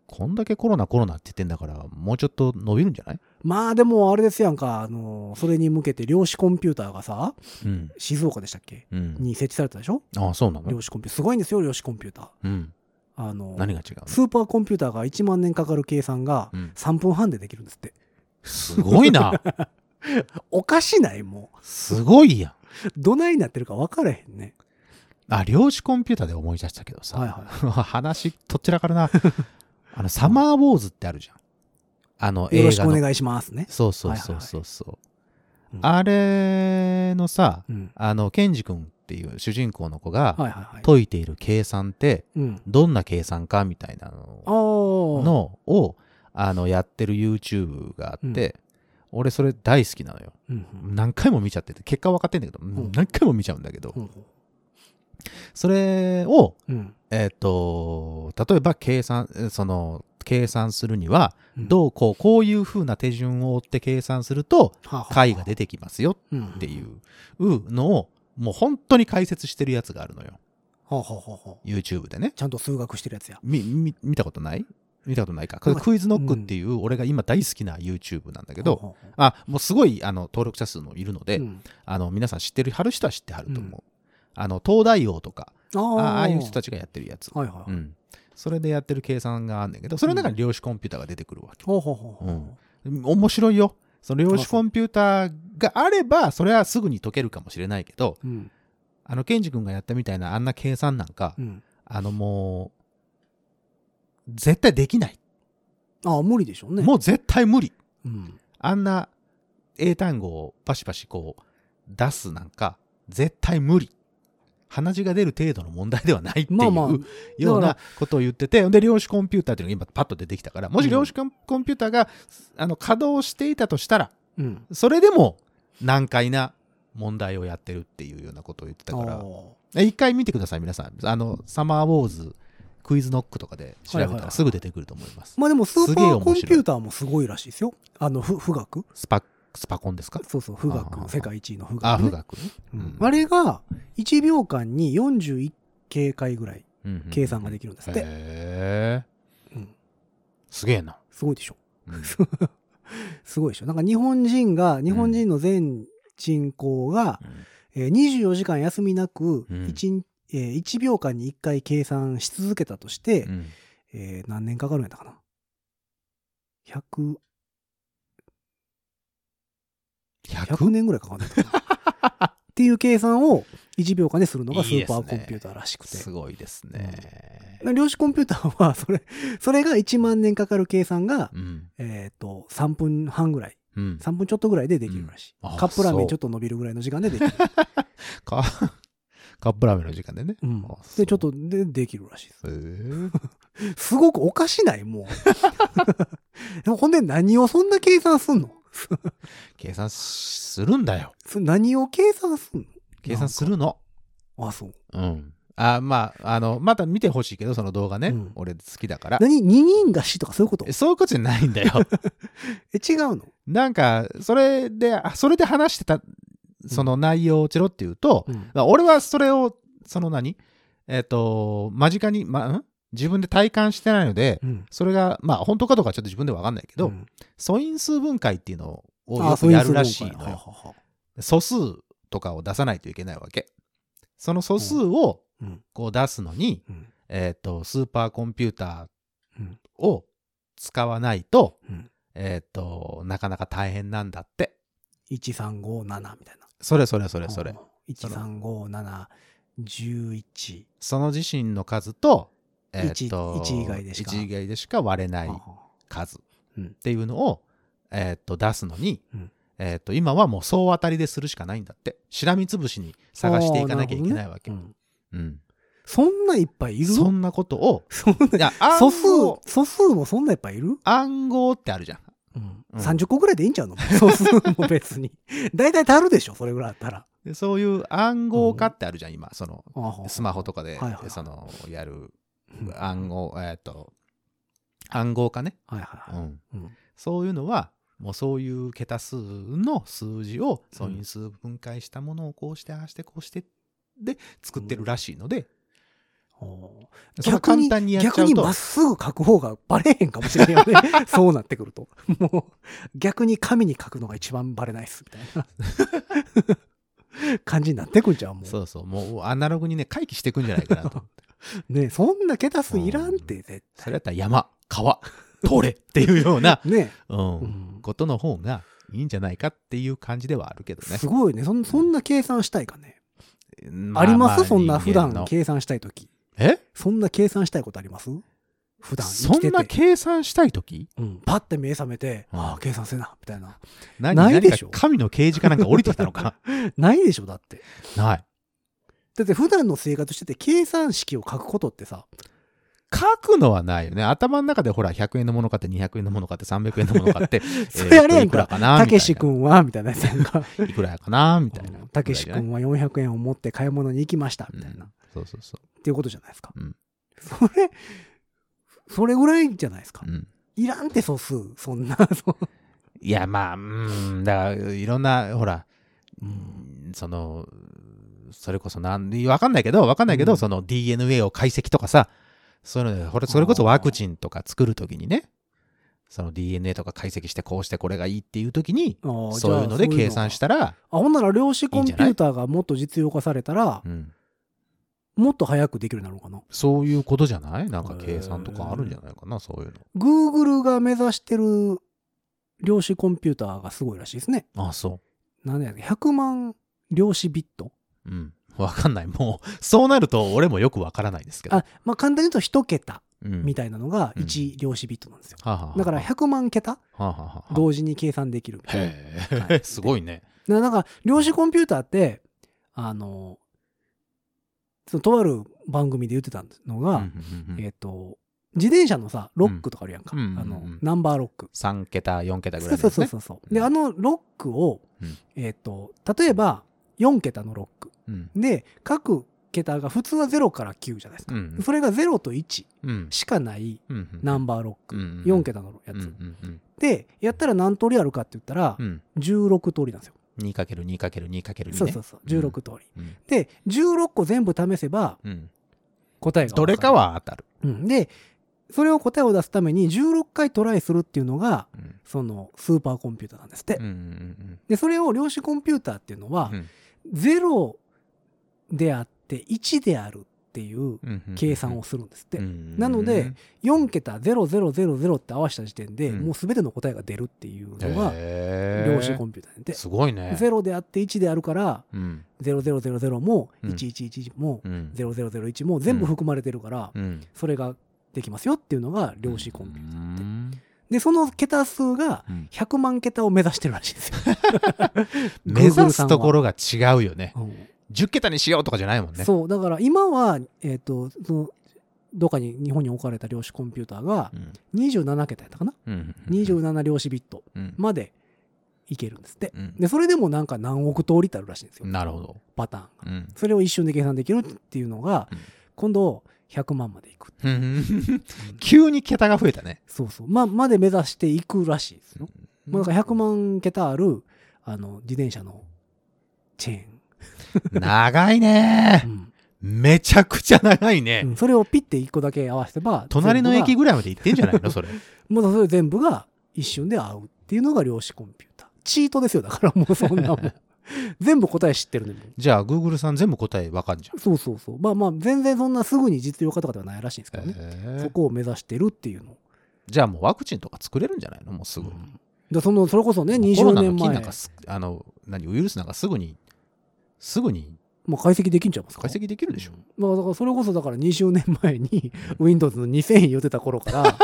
Speaker 3: こんだけコロナコロナって言ってんだから、もうちょっと伸びるんじゃない
Speaker 2: まあでもあれですやんかあのそれに向けて量子コンピューターがさ
Speaker 3: うん。
Speaker 2: 静岡でしたっけ
Speaker 3: うん。
Speaker 2: に設置されたでしょ
Speaker 3: ああ、そうなの
Speaker 2: 量子コンピューターすごいんですよ量子コンピューター
Speaker 3: うん。
Speaker 2: あの
Speaker 3: 何が違うの
Speaker 2: スーパーコンピューターが1万年かかる計算が
Speaker 3: うん
Speaker 2: 3分半でできるんですって
Speaker 3: すごいな。
Speaker 2: おかしないも
Speaker 3: すごいやん。
Speaker 2: うどないなってるか分からへんね
Speaker 3: あ、量子コンピューターで思い出したけどさ、
Speaker 2: はいは
Speaker 3: 話、とっちらかるな。 あの、サマーウォーズってあるじゃん。あの、
Speaker 2: よ
Speaker 3: 映
Speaker 2: ろし
Speaker 3: 画
Speaker 2: くお
Speaker 3: の。
Speaker 2: 願いしますね
Speaker 3: そうそうそうそうそう。
Speaker 2: はい
Speaker 3: あれのさ、
Speaker 2: うん
Speaker 3: あの、ケンジ君っていう主人公の子が
Speaker 2: はいはいはい
Speaker 3: 解いている計算って、
Speaker 2: うん
Speaker 3: どんな計算かみたいなの
Speaker 2: あー
Speaker 3: のを、あの、やってる YouTube があって、俺それ大好きなのよ。
Speaker 2: うんうん
Speaker 3: 何回も見ちゃってて、結果分かってんだけど、
Speaker 2: ん
Speaker 3: 何回も見ちゃうんだけど、
Speaker 2: ほうほ
Speaker 3: それを、
Speaker 2: ううん
Speaker 3: えっ、と、例えば計算、えその、計算するには、
Speaker 2: うん
Speaker 3: どうこう、こういう風な手順を追って計算すると、
Speaker 2: はあはあ
Speaker 3: 解が出てきますよ
Speaker 2: っ
Speaker 3: っていうのを、もう本当に解説してるやつがあるのよ。
Speaker 2: はあはあはあはあ
Speaker 3: YouTube でね。
Speaker 2: ちゃんと数学してるやつや。
Speaker 3: み、み、見たことない見たことないか。これ
Speaker 2: まあ
Speaker 3: クイズノックっていう、俺が今大好きな YouTube なんだけど、
Speaker 2: ほうほうほ
Speaker 3: あ、もうすごい、あの、登録者数もいるので、
Speaker 2: ううん
Speaker 3: あの、皆さん知ってる、はる人は知ってはると思う。あの、東大王とか、
Speaker 2: あ
Speaker 3: あ
Speaker 2: ー
Speaker 3: ああいう人たちがやってるやつ。
Speaker 2: はいは
Speaker 3: う
Speaker 2: い。
Speaker 3: ん、それでやってる計算があんねんけどそれの中に量子コンピューターが出てくるわけ、
Speaker 2: ほうほうほうほう
Speaker 3: うん面白いよその量子コンピューターがあればそれはすぐに解けるかもしれないけど
Speaker 2: うん
Speaker 3: あのケンジ君がやったみたいなあんな計算なんか、
Speaker 2: うん
Speaker 3: あのもう絶対できない、
Speaker 2: ああ、無理でしょうね。
Speaker 3: もう絶対無理
Speaker 2: うん
Speaker 3: あんな英単語をバシバシこう出すなんか絶対無理鼻血が出る程度の問題ではないっていう、
Speaker 2: まあまあ
Speaker 3: よう
Speaker 2: だ
Speaker 3: な
Speaker 2: か
Speaker 3: ことを言ってて、で、量子コンピューターっていうのが今パッと出てきたから、も
Speaker 2: う
Speaker 3: し
Speaker 2: ん
Speaker 3: 量子コンコンピューターが、あの、稼働していたとしたら、
Speaker 2: うん。
Speaker 3: それでも難解な問題をやってるっていうようなことを言ってたから
Speaker 2: あ、ー
Speaker 3: え一回見てください、皆さん。あの、サマーウォーズ、クイズノックとかで調べ
Speaker 2: は
Speaker 3: た
Speaker 2: いはいは
Speaker 3: ら
Speaker 2: い
Speaker 3: すぐ出てくると思います。
Speaker 2: まあでもスーパーコンピ
Speaker 3: すげ
Speaker 2: ュー
Speaker 3: え面
Speaker 2: ターもすごいらしいですよ。あの、ふ富岳
Speaker 3: スパ、スパコンですか
Speaker 2: そうそう、富岳
Speaker 3: あ。ー
Speaker 2: 世界一位の富岳、ね。
Speaker 3: あ、富岳ね。
Speaker 2: うんあれが、1秒間に41警戒ぐらい計算がで
Speaker 3: き
Speaker 2: きるんですって。
Speaker 3: へえ。
Speaker 2: うん
Speaker 3: すげえな。
Speaker 2: すごいでしょ。
Speaker 3: うん
Speaker 2: すごいでしょ。なんか日本人が、日本人の全人口が、えー24時間休みなく
Speaker 3: うん
Speaker 2: 1、えー1秒間に1回計算し続けたとして、
Speaker 3: うん
Speaker 2: えー何年かかるんやったかな。100、100
Speaker 3: 100?
Speaker 2: 年ぐらいかかんないかな っていう計算を1秒間でするのがスーパーコンピューターらしくて。
Speaker 3: すごいですね。
Speaker 2: 量子コンピューターは、 それ、それが1万年かかる計算が、
Speaker 3: うん。
Speaker 2: えっ、と、3分半ぐらい、
Speaker 3: うん。
Speaker 2: 3分ちょっとぐらいでできるらしい。
Speaker 3: うんあ
Speaker 2: カップラーメ
Speaker 3: そ
Speaker 2: ン
Speaker 3: う
Speaker 2: ちょっと伸びるぐらいの時間でできる。
Speaker 3: かカップラーメンの時間でね。
Speaker 2: うん
Speaker 3: あそ
Speaker 2: で、
Speaker 3: う
Speaker 2: ちょっとでできるらしいです。
Speaker 3: へえ
Speaker 2: すごくおかしないもう。 でもほんで何をそんな計算すんの
Speaker 3: 計算するんだよ。
Speaker 2: そ何を計算すん
Speaker 3: 計算するの。
Speaker 2: のあ、そう。
Speaker 3: うん。あまあ、あの、また見てほしいけど、その動画ね。
Speaker 2: うん
Speaker 3: 俺好きだから。
Speaker 2: 何 ?2 人が死とかそういうこと
Speaker 3: えそういうことじゃないんだ よ。
Speaker 2: え、違うの
Speaker 3: なんか、それで、あそれで話してた、その内容をチロって言うと、
Speaker 2: うん。
Speaker 3: まあ俺はそれを、その何えっ、と、間近に、ま、ん自分で体感してないので、
Speaker 2: うん。
Speaker 3: それが、まあ、本当かどうかはちょっと自分では分かんないけど、
Speaker 2: うん
Speaker 3: 素因数分解っていうのを
Speaker 2: あ
Speaker 3: よ
Speaker 2: そう
Speaker 3: く
Speaker 2: いう
Speaker 3: やるらしい
Speaker 2: そうう
Speaker 3: の
Speaker 2: かは
Speaker 3: よ。
Speaker 2: はは
Speaker 3: 素数とかを出さないといけないわけ。その素数を
Speaker 2: うん。
Speaker 3: こう出すのに、
Speaker 2: うん。
Speaker 3: えっ、と、スーパーコンピュータ
Speaker 2: うん
Speaker 3: ーを使わないと、
Speaker 2: うん。
Speaker 3: えっ、と、なかなか大変なんだって。
Speaker 2: 1357みたいな。
Speaker 3: それそれそれそれ。
Speaker 2: 1357111
Speaker 3: その自身の数と、えーっと
Speaker 2: 一一以外でしか
Speaker 3: 一以外でしか割れない数っ
Speaker 2: うん
Speaker 3: ていうのを、えーっと出すのに、
Speaker 2: うん
Speaker 3: えーっと今はもう総当たりでするしかないんだってしらみつぶしに探していかなきゃいけないわけ、
Speaker 2: うん
Speaker 3: うん
Speaker 2: そんないっぱいいる
Speaker 3: そんなことを
Speaker 2: そんない
Speaker 3: や
Speaker 2: 素
Speaker 3: 暗
Speaker 2: 数
Speaker 3: 号
Speaker 2: 素数もそんないっぱいいる、
Speaker 3: 暗号ってあるじゃん
Speaker 2: うん、
Speaker 3: うん
Speaker 2: 30個ぐらいでいいんちゃう の素数も別に大体足るでしょそれぐらいあったら
Speaker 3: でそういう暗号化ってあるじゃん今そのスマホと
Speaker 2: か
Speaker 3: かで、
Speaker 2: はいはい
Speaker 3: そのやる
Speaker 2: うん
Speaker 3: 暗号えーっと暗号化ね、
Speaker 2: はいはいは
Speaker 3: う
Speaker 2: い、
Speaker 3: ん、
Speaker 2: うん
Speaker 3: そういうのは、もうそういう桁数の数字を素因数分解したものをこうして、ああして、こうして、で作ってるらしいので、
Speaker 2: おー
Speaker 3: そんな
Speaker 2: 逆
Speaker 3: 簡
Speaker 2: に
Speaker 3: 単にやっち
Speaker 2: 逆
Speaker 3: ゃう
Speaker 2: に
Speaker 3: と
Speaker 2: まっ、すぐ書く方がバレへんかもしれんよね そうなってくるともう逆に紙に書くのが一番バレないっすみたいな 感じになってくんじゃんもう
Speaker 3: そうそう、もうアナログにね、回帰していくんじゃないかなと。
Speaker 2: ねえそんな桁数いらんって、
Speaker 3: う
Speaker 2: 絶
Speaker 3: それやったら山、川、 通れっていうような、
Speaker 2: 対。ね
Speaker 3: う
Speaker 2: え、
Speaker 3: ん、
Speaker 2: うん
Speaker 3: ことの方がいいんじゃないかっていう感じではあるけどね
Speaker 2: す。ごいねそん。そんな計算したいかね。
Speaker 3: ま
Speaker 2: あります、
Speaker 3: ま
Speaker 2: そんな普
Speaker 3: 人間
Speaker 2: 段
Speaker 3: の
Speaker 2: 計算したいとき。
Speaker 3: え
Speaker 2: そんな計算したいことあります普段生
Speaker 3: そ
Speaker 2: き
Speaker 3: ん
Speaker 2: て
Speaker 3: な
Speaker 2: て。
Speaker 3: 計算したいとき
Speaker 2: うん、パッて目覚めて、
Speaker 3: うん
Speaker 2: ああ、計算せな、みたいな。
Speaker 3: 何
Speaker 2: ないでしょ
Speaker 3: 何か神の啓示かなんか降りてきた のか
Speaker 2: ないでしょ、だって。
Speaker 3: ない。
Speaker 2: だって普段の生活してて計算式を書くことってさ、
Speaker 3: 書くのはないよね。頭の中でほら、100円のもの買って、200円のもの買って、300円のもの 買って、
Speaker 2: それあれや
Speaker 3: えーと
Speaker 2: ん
Speaker 3: いくら
Speaker 2: か、
Speaker 3: かな
Speaker 2: たけし
Speaker 3: みたい
Speaker 2: 君は、みたいなやつやんか。
Speaker 3: な。いくらやかなみたいな
Speaker 2: う。んたけし君は400円を持って買い物に行きました、
Speaker 3: うん
Speaker 2: みたいな。っ
Speaker 3: そうそうそ
Speaker 2: ていうことじゃないですか。
Speaker 3: うん
Speaker 2: それ、それぐらいじゃないですか
Speaker 3: う。う。ん。
Speaker 2: いらんって素数、そんな、そう。
Speaker 3: いや、まあ、うん、だから、いろんな、ほら、う
Speaker 2: うん
Speaker 3: んその、それこそなん、わかんないけど、わかんないけど、
Speaker 2: うん
Speaker 3: その DNA を解析とかさ、そういうので、ほらそれこそワクチンとか作るときにね、その DNA とか解析して、こうしてこれがいいっていうときに、
Speaker 2: あー
Speaker 3: そういうので計算したら、
Speaker 2: あほんなら量子コンピューターがもっと実用化されたら
Speaker 3: うん。
Speaker 2: もっと早くできるようになるのかな
Speaker 3: そういうことじゃないなんか計算とかあるんじゃないかな、そういう
Speaker 2: Google が目指してる量子コンピューターがすごいらしいですね
Speaker 3: の。あ、そ
Speaker 2: 何やっけ100万量子ビット
Speaker 3: う。うん。わかんない。もう、そうなると俺もよくわからないですけど。
Speaker 2: あまあ簡単に言うと1桁
Speaker 3: うん
Speaker 2: みたいなのが
Speaker 3: うん
Speaker 2: 1量子ビットなんですよ、
Speaker 3: はあはあはあ
Speaker 2: だから、100万桁
Speaker 3: はあはあはあ
Speaker 2: 同時に計算できるみたいな
Speaker 3: へ
Speaker 2: は
Speaker 3: え、
Speaker 2: い
Speaker 3: すごいね。
Speaker 2: ななんか量子コンピューターってあのそのとある番組で言ってたのが、えっ、と、自転車のさ、ロックとかあるやんか。
Speaker 3: うんうんうん
Speaker 2: あの
Speaker 3: うん、
Speaker 2: ナンバーロック。
Speaker 3: 3桁、4桁ぐら
Speaker 2: そ
Speaker 3: いう
Speaker 2: そうそう
Speaker 3: ですね。
Speaker 2: そうそうう。
Speaker 3: ん
Speaker 2: で、あのロックを、
Speaker 3: うん
Speaker 2: えっ、と、例えば、4桁のロック。
Speaker 3: うん
Speaker 2: で、各桁が普通は0から9じゃないですか。
Speaker 3: うん
Speaker 2: それが0と1
Speaker 3: うん
Speaker 2: しかない
Speaker 3: うん
Speaker 2: ナンバーロック。
Speaker 3: うん
Speaker 2: 4桁のやつ。
Speaker 3: うんうん
Speaker 2: で、やったら何通りあるかって言ったら
Speaker 3: う、ん
Speaker 2: 16通りなんですよ。
Speaker 3: 2×2×2×2 ね。
Speaker 2: そうそうそう。16通り。
Speaker 3: うん
Speaker 2: で、16個全部試せば
Speaker 3: うん
Speaker 2: 答えがわ
Speaker 3: ど
Speaker 2: る
Speaker 3: れかは当たる。
Speaker 2: うん、で、それを答えを出すために16回トライするっていうのが、
Speaker 3: うん
Speaker 2: そのスーパーコンピューターなんですって。
Speaker 3: うんうん
Speaker 2: で、それを量子コンピューターっていうのは
Speaker 3: う、ん
Speaker 2: 0であって1であるっていう
Speaker 3: うんうん
Speaker 2: 計算をするんですって。な
Speaker 3: な
Speaker 2: ので、4桁0000って合わせた時点で、
Speaker 3: うん
Speaker 2: もう全ての答えが出るっていうのが、量
Speaker 3: 量
Speaker 2: 子コンピューターなんで。
Speaker 3: すごいね。
Speaker 2: 0であって1であるから、
Speaker 3: うん
Speaker 2: 0000も
Speaker 3: うん
Speaker 2: 1111も
Speaker 3: うん
Speaker 2: 0001も全部含まれてるから、
Speaker 3: うん
Speaker 2: それができますよっていうのが量子コンピューター。
Speaker 3: うん
Speaker 2: で、その桁数が
Speaker 3: うん
Speaker 2: 100万桁を目指してるらしいんですよ。
Speaker 3: 目指すとこ
Speaker 2: ろ、
Speaker 3: ろが違うよね。
Speaker 2: うん
Speaker 3: 10桁にしようとかじゃないもんね。
Speaker 2: そう、だから今は、えっ、と、その、どっかに日本に置かれた量子コンピューターが
Speaker 3: うん
Speaker 2: 27桁やったかな、
Speaker 3: うん。
Speaker 2: ?27 量子ビット
Speaker 3: うん
Speaker 2: までいけるんですって。
Speaker 3: うん
Speaker 2: で、それでもなんか何億通りってあるらしいんですよ。
Speaker 3: なるほど。
Speaker 2: パターンが。
Speaker 3: うん
Speaker 2: それを一瞬で計算できるっていうのが
Speaker 3: うん、
Speaker 2: 今度100万までいく。
Speaker 3: うん 急に桁が増えたね。
Speaker 2: そうそう。ま、まで目指していくらしいですよ。まあ、
Speaker 3: な
Speaker 2: なんか100万桁ある、あの、自転車のチェーン。
Speaker 3: 長いね。
Speaker 2: うん
Speaker 3: めちゃくちゃ長いね
Speaker 2: う。んそれをピッて1個だけ合わせれば、
Speaker 3: 隣の駅
Speaker 2: 全部
Speaker 3: ぐらいまで行ってんじゃないのそれ。
Speaker 2: が、もうそれ全部が一瞬で合うっていうのが量子コンピューター。チートですよ、だからもうそんなも ん。全部答え知ってるねも
Speaker 3: じゃあ、Google さん全部答えわかんじゃん
Speaker 2: う。そうそうそう。まあまあ、全然そんなすぐに実用化とかではないらしいんですけどね。
Speaker 3: へ
Speaker 2: そ
Speaker 3: え。
Speaker 2: こを目指してるっていうの。
Speaker 3: じゃあもうワクチンとか作れるんじゃないのもうすぐ。
Speaker 2: でそのそれこそね、
Speaker 3: コロ
Speaker 2: 20
Speaker 3: ナの
Speaker 2: 年
Speaker 3: 菌
Speaker 2: 前
Speaker 3: なん、かす、あの、何、ウイルスなんかすぐに、すぐに
Speaker 2: もう解析できんちゃいますか
Speaker 3: 解析できるでしょ。
Speaker 2: まあ、だからそれこそだから20年前に Windows の2000言ってた頃 から、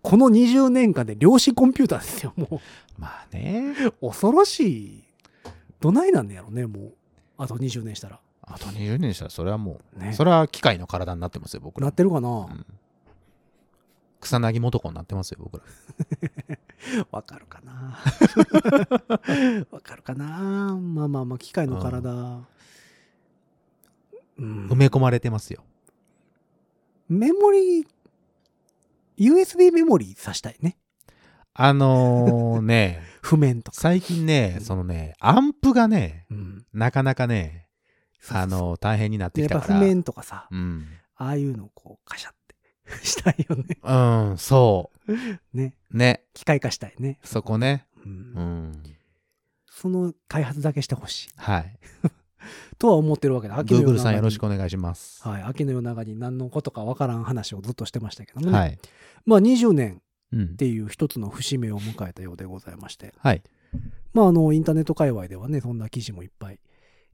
Speaker 2: この20年間で量子コンピューターですよ、も
Speaker 3: まあね。
Speaker 2: う。恐ろしい。どないなんねやろね、もう。あと20年したら。
Speaker 3: あと20年したら、それはもう、
Speaker 2: ね
Speaker 3: それは機械の体になってますよ、僕ら。
Speaker 2: なってるか
Speaker 3: う
Speaker 2: なん
Speaker 3: 草薙男になってますよ、僕ら。
Speaker 2: わかるかなわかるかなまあまあまあ、機械の体。うん
Speaker 3: 埋め込まれてますよ。
Speaker 2: メモリ、USB メモリ挿したいね。
Speaker 3: あのーね、
Speaker 2: 譜面とか。
Speaker 3: 最近ね、そのね、アンプがね、
Speaker 2: うん。
Speaker 3: なかなかね、あのー大変になって
Speaker 2: で、
Speaker 3: き
Speaker 2: やったぱ
Speaker 3: から。
Speaker 2: 譜面とかさ、
Speaker 3: うん。
Speaker 2: ああいうのをこう、カシャって したいよね。
Speaker 3: うん、そ
Speaker 2: ね。
Speaker 3: う。ね、
Speaker 2: 機械化したいね。
Speaker 3: そこね。
Speaker 2: うん
Speaker 3: うん。
Speaker 2: その開発だけしてほしい。
Speaker 3: はい。
Speaker 2: とは思ってるわけだ。秋の夜
Speaker 3: Google
Speaker 2: 長
Speaker 3: さん
Speaker 2: に
Speaker 3: よろしくお願いします。
Speaker 2: はい。秋の夜長に何のことかわからん話をずっとしてましたけどもね。
Speaker 3: はい。
Speaker 2: まあ20年
Speaker 3: うん
Speaker 2: っ。ていう一つの節目を迎えたようでございまして。
Speaker 3: はい。
Speaker 2: まああの、インターネット界隈ではね、そんな記事もいっぱい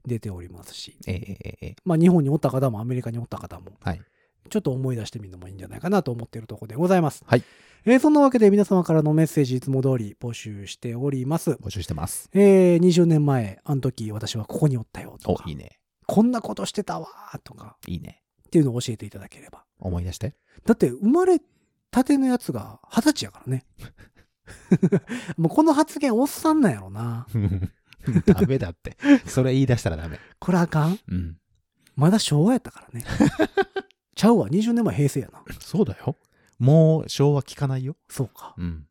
Speaker 2: 出ておりますし。
Speaker 3: ええええええ
Speaker 2: まあ日本におった方もアメリカにおった方も、
Speaker 3: はい
Speaker 2: ちょっと思い出してみるのもいいんじゃないかなと思っているところでございます。
Speaker 3: はい
Speaker 2: えーそんなわけで皆様からのメッセージいつも通り募集しております。
Speaker 3: 募集してます。
Speaker 2: えー、20年前、あの時私はここにおったよと
Speaker 3: お
Speaker 2: か、、
Speaker 3: いいね。
Speaker 2: こんなことしてたわーとか
Speaker 3: いいね。
Speaker 2: っていうのを教えていただければ。
Speaker 3: 思い出して。
Speaker 2: だって生まれたてのやつが二十歳やからね。 もうこの発言おっさんなんやろな。
Speaker 3: ダメだって。それ言い出したらダメ。
Speaker 2: これあかん
Speaker 3: うん。
Speaker 2: まだ昭和やったからね。 ちゃうわ、20年前平成やな。
Speaker 3: そうだよ。もう昭和聞かないよ。
Speaker 2: そうか。
Speaker 3: うん。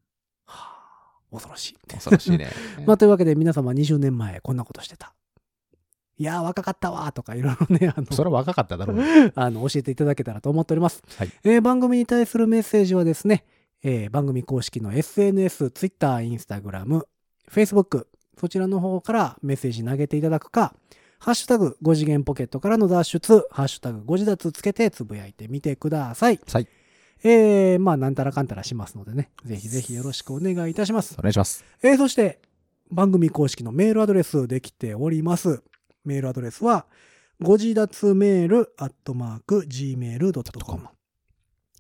Speaker 2: はあ、恐ろしい。
Speaker 3: 恐ろしいね。
Speaker 2: まあ、というわけで皆様20年前こんなことしてた。いやー若かったわーとかいろいろね、あの、
Speaker 3: それは若かっただろう。
Speaker 2: あの教えていただけたらと思っております。
Speaker 3: はい
Speaker 2: えー番組に対するメッセージはですね、えー番組公式の SNS、Twitter、Instagram、Facebook、そちらの方からメッセージ投げていただくか、ハッシュタグ5次元ポケットからの脱出、ハッシュタグ5次脱つけてつぶやいてみてください。
Speaker 3: はい。
Speaker 2: えー、まあなんたらかんたらしますのでね、ぜひぜひよろしくお願いいたします
Speaker 3: お。願い します。
Speaker 2: えーそして、番組公式のメールアドレスできております。メールアドレスは、ご自立メールアットマーク Gmail.com
Speaker 3: .com。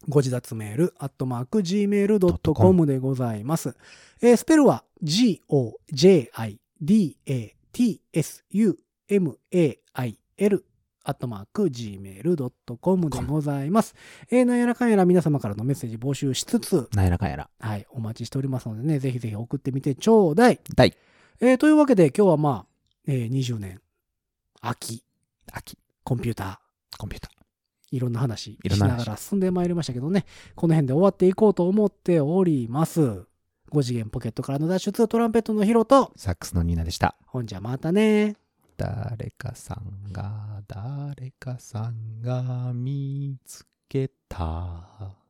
Speaker 2: ご自立メールアットマーク Gmail.com でございます。えースペルは G-O-J-I-D-A-T-S-U-M-A-I-L アットマーク、gmail.com でございます。えー、なんやらかんやら皆様からのメッセージ募集しつつ、
Speaker 3: なんやらかんやら。
Speaker 2: はい、お待ちしておりますのでね、ぜひぜひ送ってみてちょうだい。
Speaker 3: 第
Speaker 2: えーというわけで、今日はまあ、えー20年、秋、
Speaker 3: 秋、
Speaker 2: コンピューター、
Speaker 3: コンピュータ
Speaker 2: いろんな話
Speaker 3: いろ
Speaker 2: し
Speaker 3: んな
Speaker 2: な
Speaker 3: 話
Speaker 2: がら進んでまいりましたけどね、この辺で終わっていこうと思っております。5次元ポケットからの脱出、トランペットのヒロと、
Speaker 3: ー。サックスのニーナでした。
Speaker 2: ほんじゃまたね。
Speaker 3: 誰かさんが、誰かさんが見つけた。